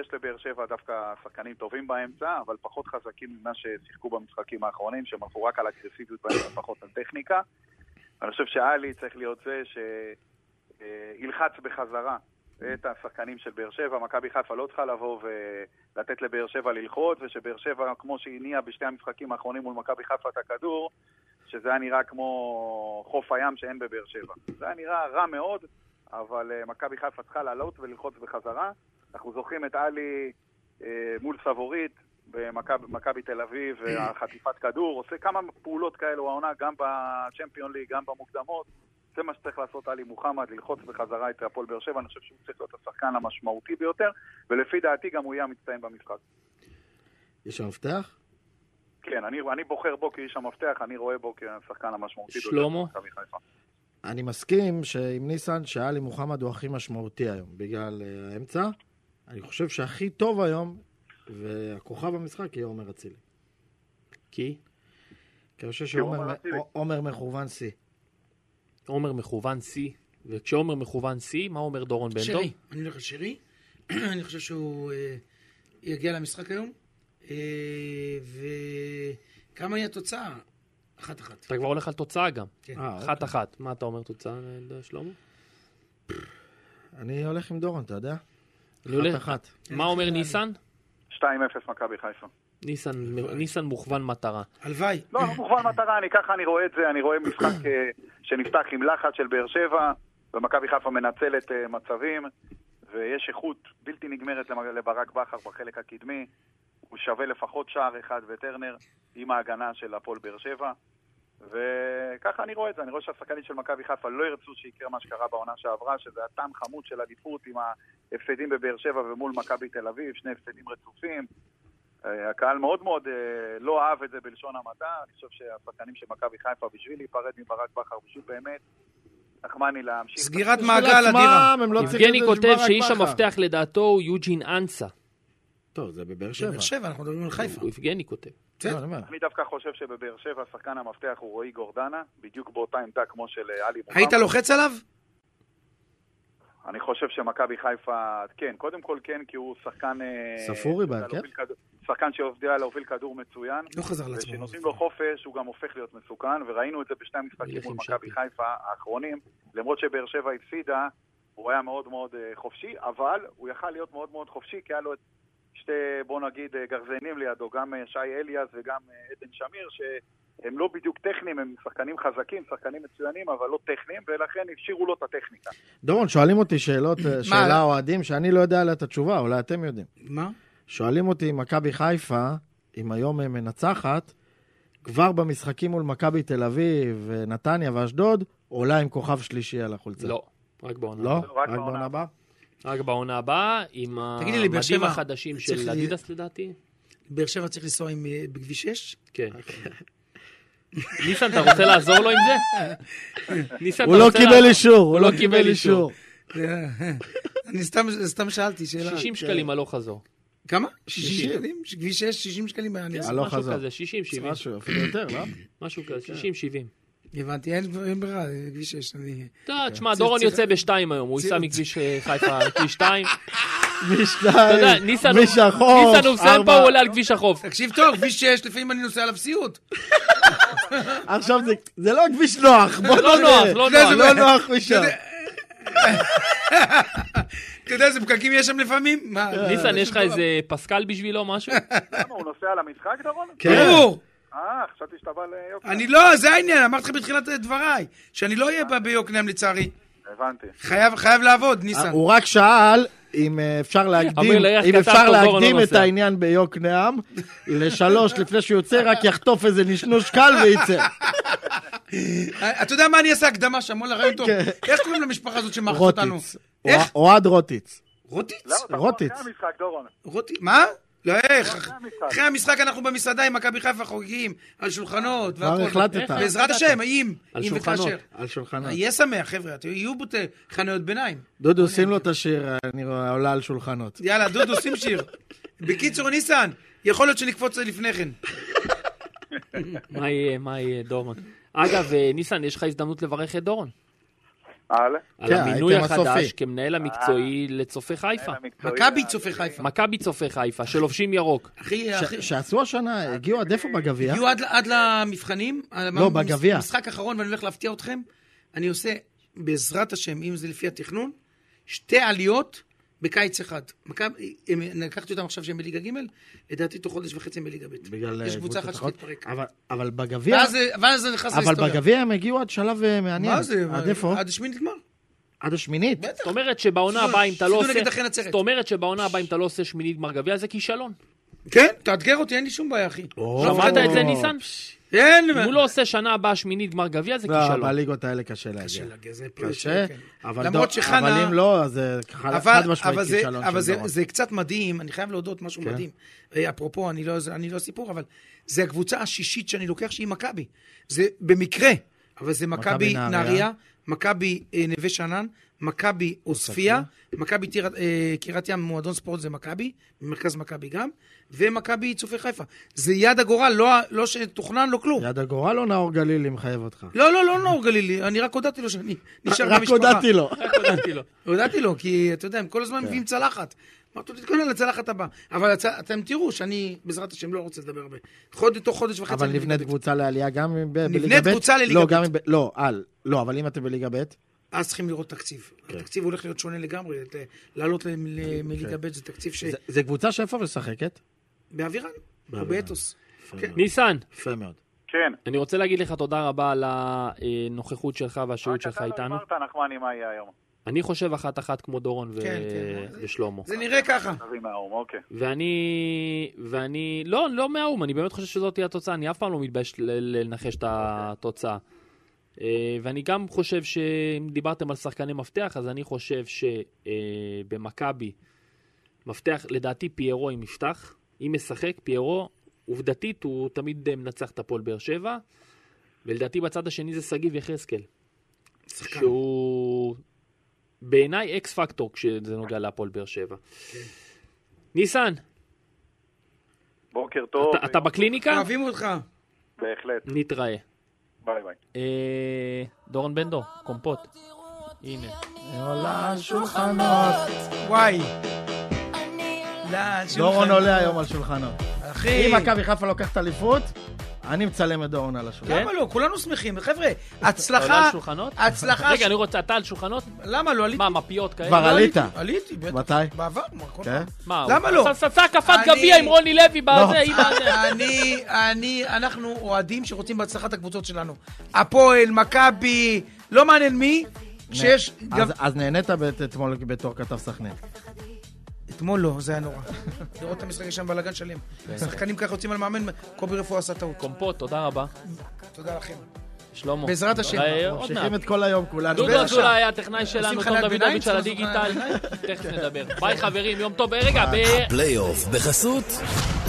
Speaker 4: יש לבאר שבע דווקא שחקנים טובים באמצע, אבל פחות חזקים ממה ששיחקו במשחקים האחרונים, שהם הלכו רק על אגרסיביות באמצע, פחות על טכניקה. אני חושב שאלי צריך להיות זה שילחץ בחזרה את השחקנים של באר שבע. מכבי חיפה לא צריכה לבוא ולתת לבאר שבע ללחוץ, ושבאר שבע, כמו שהניעה בשתי המשחקים האחרונים מול מכבי חיפה את הכדור, שזה היה נראה כמו חוף הים שאין בבאר שבע. זה היה נראה רע מאוד, אבל אה, מכבי חיפה צריכה לעלות וללחוץ בחזרה. אנחנו זוכרים את עלי אה, מול סבורית במכב- במכבי תל אביב, החטיפת כדור, עושה כמה פעולות כאלו העונה, גם בצ'מפיון ליג, גם במוקדמות. זה מה שצריך לעשות עלי מוחמד, ללחוץ בחזרה את הפועל באר שבע. אני חושב שהוא צריך להיות השחקן המשמעותי ביותר, ולפי דעתי גם הוא יהיה המצטיין במשחק.
Speaker 2: יש שם מפתח?
Speaker 4: כן, אני, אני בוחר בו כאיש המפתח, אני רואה בו כשחקן המשמעותי ביותר.
Speaker 6: שלמה?
Speaker 4: במכבי חיפה.
Speaker 2: אני מסכים שעם ניסן שאלי מוחמד הוא הכי משמעותי היום, בגלל אה, האמצע. אני חושב שהכי טוב היום, והכוכב המשחק יהיה עומר אצילי.
Speaker 6: כי?
Speaker 2: כי אני חושב
Speaker 4: עומר
Speaker 2: שעומר
Speaker 4: אצילי.
Speaker 2: עומר מכוון שיא.
Speaker 6: עומר מכוון שיא. וכשעומר מכוון שיא, מה אומר דורון בן דור?
Speaker 7: שרי. אני הולך על שרי. אני חושב שהוא אה, יגיע למשחק היום. אה, וכמה היא התוצאה? אחת-אחת.
Speaker 6: אתה כבר הולך על תוצאה גם.
Speaker 7: כן.
Speaker 2: אה,
Speaker 6: אחת-אחת. מה אתה אומר תוצאה, אה, שלמה?
Speaker 2: אני הולך עם דורון, אתה יודע?
Speaker 8: לולא-
Speaker 2: אחת.
Speaker 6: מה אומר ניסן?
Speaker 4: 2-0 מכבי חיפה.
Speaker 8: ניסן,
Speaker 6: ניסן מוכוון מטרה.
Speaker 7: הלוואי.
Speaker 4: לא, אנחנו כבר מטרה, אני ככה אני רואה את זה, אני רואה משחק אה, שנפתח עם לחץ של באר שבע, ומכבי חיפה מנצלת אה, מצבים, ויש איכות בלתי נגמרת למ- לברק בכר בחלק הקדמי, הוא שווה לפחות שער אחד וטרנר, עם ההגנה של הפועל באר שבע, וככה אני רואה את זה, אני רואה שהשחקנים של מכבי חיפה לא ירצו שיקרה מה שקרה בעונה שעברה, שזה הטעם חמוד של עדיפות עם ההפסדים בבאר שבע ומול מכבי תל אביב, שני הפסדים רצופים. אה, הקהל מאוד מאוד אה, לא אהב את זה בלשון המעטה, אני חושב שהשחקנים של מכבי חיפה בשביל להיפרד מברק בכר, בשביל באמת, נחמני להמשיך.
Speaker 7: סגירת
Speaker 2: בשביל
Speaker 7: מעגל
Speaker 2: עצמם,
Speaker 7: אדירה.
Speaker 2: הם לא צריכים
Speaker 8: יבגני
Speaker 2: את זה של
Speaker 8: כותב
Speaker 2: ברק
Speaker 8: שאיש
Speaker 2: בכר.
Speaker 8: המפתח לדעתו הוא יוג'ין אנסה.
Speaker 9: טוב, זה בבאר שבע.
Speaker 7: באר שבע, אנחנו מדברים על חיפה.
Speaker 6: אה,
Speaker 8: הוא יבגני כותב.
Speaker 2: לא, אני אומר,
Speaker 4: אני דווקא חושב שבבאר שבע שחקן המפתח הוא רועי גורדנה, בדיוק באותה עמדה כמו של אה, עלי מוחמד.
Speaker 7: היית לוחץ עליו?
Speaker 4: אני חושב שמכבי חיפה, כן, קודם כל כן, כי הוא שחקן... אה,
Speaker 2: ספורי
Speaker 4: שיודע
Speaker 2: בהרכב?
Speaker 4: להוביל כדור- שחקן שיודע להוביל כדור מצוין.
Speaker 7: לא חזר לעצמו.
Speaker 4: וכשנותנים לו חופש, הוא גם הופך להיות מסוכן, וראינו את זה בשני המשחקים
Speaker 8: ילך
Speaker 4: מול
Speaker 8: עם
Speaker 4: מכבי
Speaker 8: שפי.
Speaker 4: חיפה האחרונים. למרות שבאר שבע הפסידה, הוא היה מאוד מאוד אה, חופשי, אבל הוא יכל להיות מאוד מאוד חופשי, כי היה לו את שתי, בוא נגיד, אה, גרזנים לידו, גם אה, שי אליאס וגם אה, עדן שמיר, שהם לא בדיוק טכניים, הם שחקנים חזקים, שחקנים מצוינים, אבל לא טכניים, ולכן הפשירו לו את הטכניקה.
Speaker 2: דורון, שואלים אותי שאלות, אה, שאלה אוהדים, שאני לא יודע עליה את התשובה, אולי אתם יודעים.
Speaker 7: מה?
Speaker 2: שואלים אותי אם מכבי חיפה, אם היום היא מנצחת, כבר במשחקים מול מכבי תל אביב, אה, נתניה ואשדוד, עולה עם כוכב שלישי על החולצה.
Speaker 8: לא, רק בעונה
Speaker 2: לא?
Speaker 8: הבאה.
Speaker 4: רק
Speaker 2: רק
Speaker 4: בעונה
Speaker 2: בעונה הבאה?
Speaker 8: רק בעונה הבאה, עם
Speaker 7: תגיד לי, לבאר
Speaker 8: המדים
Speaker 7: שבע
Speaker 8: החדשים
Speaker 7: צריך
Speaker 8: של
Speaker 7: לי-
Speaker 8: אדידס לדעתי.
Speaker 7: באר שבע צריך לנסוע עם, אה, בכביש 6?
Speaker 8: כן. ניסן, אתה רוצה לעזור לו עם זה? ניסן,
Speaker 2: הוא
Speaker 8: אתה
Speaker 2: לא
Speaker 8: רוצה
Speaker 2: קיבל
Speaker 8: לעזור?
Speaker 2: אישור, הוא
Speaker 8: לא
Speaker 2: לא
Speaker 8: קיבל
Speaker 2: קיבל
Speaker 8: אישור.
Speaker 2: אישור.
Speaker 7: אני סתם, סתם שאלתי שאלה.
Speaker 8: 60 שקלים הלוך חזור.
Speaker 7: כמה? 60 שקלים? כביש 6, 60 שקלים אני
Speaker 8: כן,
Speaker 7: עושה.
Speaker 2: הלוך
Speaker 8: משהו
Speaker 2: חזור.
Speaker 8: כזה, 60, 70.
Speaker 2: משהו, כן. אפילו יותר, לא?
Speaker 8: משהו כזה, 60, 70.
Speaker 7: הבנתי, אין אין ברירה, זה כביש 6. אני...
Speaker 8: אתה, תשמע, דורון
Speaker 7: צריך-
Speaker 8: יוצא בשתיים היום, הוא ייסע מכביש אה, חיפה, כביש 2. אתה יודע,
Speaker 2: משתיים,
Speaker 8: ניסן הוא-
Speaker 2: משחור,
Speaker 8: ניסן הוא מסיים פה, הוא עולה על כביש החוף.
Speaker 7: תקשיב טוב, כביש 6, לפעמים אני נוסע עליו סיוט.
Speaker 2: עכשיו זה- זה לא כביש נוח, בוא
Speaker 8: לא
Speaker 2: נודה.
Speaker 8: נוח, לא
Speaker 7: יודע,
Speaker 8: נוח.
Speaker 2: לא נוח משם.
Speaker 7: אתה יודע איזה פקקים יש שם לפעמים? מה?
Speaker 8: אה,
Speaker 7: לא,
Speaker 8: ניסן, יש לך איזה פסקל בשבילו, משהו?
Speaker 4: למה, הוא נוסע למשחק, דורון?
Speaker 2: כן.
Speaker 7: ברור.
Speaker 8: כן.
Speaker 4: אה, חשבתי שאתה בא אוקיי, ליוקנעם.
Speaker 7: אני לא, זה העניין, אמרתי לך בתחילת דבריי, שאני לא אהיה ב- ביוקנעם לצערי.
Speaker 4: הבנתי.
Speaker 7: חייב חייב לעבוד,
Speaker 8: אה,
Speaker 7: ניסן.
Speaker 2: הוא רק שאל אם אה, אפשר להקדים,
Speaker 8: אמיר לירח
Speaker 2: אם
Speaker 8: כתב
Speaker 2: אפשר
Speaker 8: פה, דורון
Speaker 2: להקדים
Speaker 8: לא
Speaker 2: את
Speaker 8: נוסע.
Speaker 2: העניין ביוקנעם לשלוש לפני שהוא יוצא, רק יחטוף איזה נשנוש קל וייצא.
Speaker 7: אה, אתה יודע מה, אני אעשה הקדמה שם, וואלה, רעיון טוב.
Speaker 8: כן.
Speaker 7: איך קוראים למשפחה הזאת שמארחת אותנו?
Speaker 2: רוטיץ.
Speaker 7: איך?
Speaker 2: אוה- אוהד רוטיץ.
Speaker 7: רוטיץ?
Speaker 4: למה, אתה
Speaker 2: רוטיץ.
Speaker 4: אחרי המשחק, דורון.
Speaker 7: רוטיץ? מה? לא, איך?
Speaker 4: המשחק.
Speaker 7: אחרי המשחק אנחנו במסעדה עם מכבי חיפה חוגגים, על שולחנות.
Speaker 2: כבר
Speaker 7: והכל.
Speaker 2: החלטת.
Speaker 7: בעזרת השם, אם,
Speaker 8: על
Speaker 7: אם
Speaker 8: שולחנות.
Speaker 7: וכאשר.
Speaker 2: על שולחנות.
Speaker 7: יהיה שמח, חבר'ה, תהיו- יהיו בוטה חנויות ביניים.
Speaker 2: דודו, שים
Speaker 7: אה,
Speaker 2: לו את השיר, אני רואה, עולה על שולחנות.
Speaker 7: יאללה, דודו, שים שיר. בקיצור, ניסן, יכול להיות שנקפוץ לפני כן.
Speaker 8: מה יהיה, מה יהיה, דורון? אגב, אה, ניסן, יש לך הזדמנות לברך את דורון.
Speaker 4: על?
Speaker 8: על
Speaker 2: כן,
Speaker 8: המינוי
Speaker 2: האייטם
Speaker 8: החדש
Speaker 2: הסופי.
Speaker 8: כמנהל המקצועי לצופי חיפה.
Speaker 4: המקצועי
Speaker 7: מכבי
Speaker 4: ה-
Speaker 7: צופי חיפה.
Speaker 8: מכבי צופי חיפה, שלובשים ירוק.
Speaker 7: אחי,
Speaker 2: ש-
Speaker 7: אה, אחי, אה,
Speaker 2: שעשו השנה, הגיעו עד איפה בגביע?
Speaker 7: יהיו עד, ל- עד למבחנים.
Speaker 2: לא, בגביע.
Speaker 7: משחק אחרון ואני הולך להפתיע אתכם. אני עושה, בעזרת השם, אם זה לפי התכנון, שתי עליות בקיץ אחד. מכבי, הם- לקחתי אותם עכשיו שהם בליגה ג', לדעתי תוך חודש וחצי הם בליגה ב'.
Speaker 2: בגלל,
Speaker 7: יש קבוצה
Speaker 2: אה, קבוצות
Speaker 7: אחת
Speaker 2: אחרות.
Speaker 7: שתתפרק.
Speaker 2: אבל- אבל בגביע,
Speaker 7: ואז זה- ואז זה נכנס
Speaker 2: אבל
Speaker 7: להיסטוריה.
Speaker 2: בגביע הם הגיעו עד שלב אה, מעניין.
Speaker 7: מה זה?
Speaker 2: עד איפה?
Speaker 7: עד השמינית גמר.
Speaker 2: עד השמינית.
Speaker 8: זאת אומרת שבעונה הבאה, אם אתה לא
Speaker 7: סידור
Speaker 8: עושה...
Speaker 7: נגד אחי נצרת.
Speaker 8: זאת אומרת שבעונה הבאה, אם אתה לא עושה שמינית גמר גביע, זה כישלון.
Speaker 7: כן, תאתגר אותי, אין לי שום בעיה, אחי.
Speaker 2: או.
Speaker 8: שמעת את זה, ניסן?
Speaker 7: אין לי
Speaker 8: לא. אם
Speaker 7: בעיה.
Speaker 8: הוא לא עושה שנה הבאה שמינית גמר גביע, זה
Speaker 2: לא,
Speaker 8: כישלון.
Speaker 2: בליגות האלה קשה להגיע.
Speaker 7: זה
Speaker 2: קשה,
Speaker 7: כן.
Speaker 2: אבל
Speaker 7: למרות
Speaker 2: דו-
Speaker 7: שחנה-
Speaker 2: אבל אם לא, אז זה חד חד משמעית
Speaker 7: אבל, זה,
Speaker 2: כישלון
Speaker 7: אבל
Speaker 2: של
Speaker 7: זה,
Speaker 2: דורון.
Speaker 7: זה קצת מדהים, אני חייב להודות משהו
Speaker 2: כן.
Speaker 7: מדהים. אה, אפרופו, אני לא, אני לא סיפור, אבל זה הקבוצה השישית שאני לוקח שהיא מכבי. זה במקרה, אבל זה
Speaker 2: מכבי
Speaker 7: מכבי
Speaker 2: נהריה.
Speaker 7: נהריה, מכבי אה, נווה שאנן, מכבי עוספיא, מכבי טירת- אה, קריית ים, מועדון ספורט זה מכבי, מרכז מכבי גם, ומכבי צופי חיפה. זה יד הגורל, לא, ה- לא שתוכנן, לא כלום.
Speaker 2: יד הגורל או נאור גלילי מחייב אותך?
Speaker 7: לא, לא, לא נאור גלילי, אני רק הודעתי לו שאני נשאר
Speaker 2: רק
Speaker 7: במשפחה.
Speaker 2: הודעתי לו. כן.
Speaker 8: הודעתי לא לו.
Speaker 7: הודעתי לו, כי אתה יודע, הם כל הזמן מביאים צלחת. אמרתי לו, תתכונן לצלחת הבאה. אבל הצ- אתם תראו שאני, בעזרת השם, לא רוצה לדבר הרבה. חודש, תוך חודש וחצי.
Speaker 2: אבל
Speaker 7: אני
Speaker 2: נבנית
Speaker 7: בליגה
Speaker 2: קבוצה לעלייה גם אם ב- בליגה ב'?
Speaker 7: נבנית קבוצה לליגה
Speaker 2: לא,
Speaker 7: ב'. כן.
Speaker 2: גם אם ב- לא, על. לא, אבל אם אתם בליגה ב',
Speaker 7: אז צריכים לראות תקציב.
Speaker 2: כן.
Speaker 7: התקציב הולך להיות שונה לגמרי, ל- לעלות ל- למליגה ב' זה תקציב ש...
Speaker 2: זה קבוצה שאיפה משחקת?
Speaker 7: באווירן, או באתוס. כן.
Speaker 6: ניסן,
Speaker 10: יפה מאוד.
Speaker 4: כן.
Speaker 6: אני רוצה להגיד לך תודה רבה על הנוכחות שלך והשהות שלך
Speaker 4: אתה לא
Speaker 6: איתנו.
Speaker 4: אמרת, נחמני, מה יהיה היום.
Speaker 6: אני חושב אחת-אחת כמו דורון ו-
Speaker 7: כן, כן.
Speaker 6: ושלמה.
Speaker 7: זה נראה ככה.
Speaker 4: אז עם האום, אוקיי.
Speaker 6: ואני, ואני, לא, לא מהאום, אני באמת חושב שזאת תהיה התוצאה, אני אף פעם לא מתבייש ל- לנחש את התוצאה. אה, ואני גם חושב שאם דיברתם על שחקני מפתח, אז אני חושב שבמכבי, מפתח, לדעתי פיירו אם יפתח, אם ישחק, פיירו, עובדתית הוא תמיד אה, מנצח את הפועל באר שבע, ולדעתי בצד השני זה שגיב יחזקאל,
Speaker 7: שחקן.
Speaker 6: שהוא בעיניי אקס פקטור כשזה נוגע להפועל באר שבע. ניסן,
Speaker 4: בוקר טוב.
Speaker 6: אתה- אתה בקליניקה?
Speaker 7: אוהבים אותך.
Speaker 4: בהחלט.
Speaker 6: נתראה.
Speaker 4: ביי ביי.
Speaker 6: אה, דורון בן דור, קומפוט. הנה.
Speaker 2: עולה על שולחנות.
Speaker 7: וואי. לאן
Speaker 2: דורון
Speaker 7: שולחן.
Speaker 2: עולה היום על שולחנות.
Speaker 7: כן. אחי.
Speaker 2: אם מכבי חיפה לוקחת אליפות, אני מצלם את דורון על השולחן.
Speaker 7: למה לא? כולנו שמחים. חבר'ה,
Speaker 6: עולה
Speaker 7: הצלחה...
Speaker 6: על שולחנות?
Speaker 7: הצלחה...
Speaker 6: רגע, אני רוצה, אתה על שולחנות?
Speaker 7: למה לא? עליתי.
Speaker 6: מה, מפיות כאלה?
Speaker 2: כבר
Speaker 7: לא
Speaker 2: עלית?
Speaker 7: עליתי, עליתי, בטח.
Speaker 2: מתי?
Speaker 7: בעבר, מה, כל
Speaker 2: כן?
Speaker 7: פעם.
Speaker 6: מה,
Speaker 7: למה
Speaker 6: הוא-
Speaker 7: לא?
Speaker 6: עשה- עשה הקפת
Speaker 7: אני-
Speaker 6: גביע עם רוני לוי בזה, עם הזה.
Speaker 7: אני, אני, אנחנו אוהדים שרוצים בהצלחת הקבוצות שלנו. הפועל, מכבי, לא מעניין מי, כשיש... גם-
Speaker 2: אז- אז נהנית בט- אתמול בתור כתב סכנין.
Speaker 7: אתמול לא, זה היה נורא. לראות את המשחק יש שם בלאגן שלם. שחקנים ככה יוצאים על מאמן, קובי רפואה עשה טעות.
Speaker 6: קומפוט, תודה רבה.
Speaker 7: תודה לכם.
Speaker 6: שלמה.
Speaker 7: בעזרת השם.
Speaker 6: אה, עוד
Speaker 2: ממשיכים
Speaker 6: מעט.
Speaker 2: את כל היום כולנו.
Speaker 6: דודו
Speaker 7: בעזרת
Speaker 6: אזולאי
Speaker 7: השם.
Speaker 6: היה הטכנאי שלנו,
Speaker 7: עושים
Speaker 6: תום
Speaker 7: חניית ביניים,
Speaker 6: דוידוביץ' על
Speaker 7: צריכים
Speaker 6: הדיגיטל.
Speaker 7: לעשות חניית
Speaker 6: תכף נדבר. ביי חברים, יום טוב. אה, רגע, ב-
Speaker 1: הפלייאוף בחסות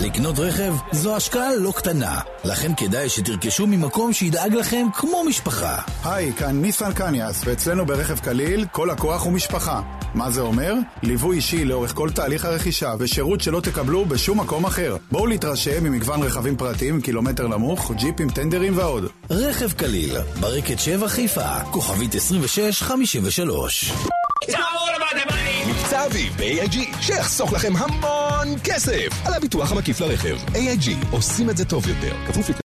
Speaker 1: לקנות רכב זו השקעה לא קטנה, לכן כדאי שתרכשו ממקום שידאג לכם כמו משפחה.
Speaker 11: היי, כאן ניסן קניאס, ואצלנו ברכב קליל כל לקוח הוא משפחה. מה זה אומר? ליווי אישי לאורך כל תהליך הרכישה ושירות שלא תקבלו בשום מקום אחר. בואו להתרשם ממגוון רכבים פרטיים, קילומטר נמוך, ג'יפים, טנדרים ועוד.
Speaker 1: רכב קליל, ברקת 7 חיפה, כוכבית 2653
Speaker 5: מבצע אביב ב-AIG, שיחסוך לכם המון כסף על הביטוח המקיף לרכב. AIG, עושים את זה טוב יותר. כפוף לתנאי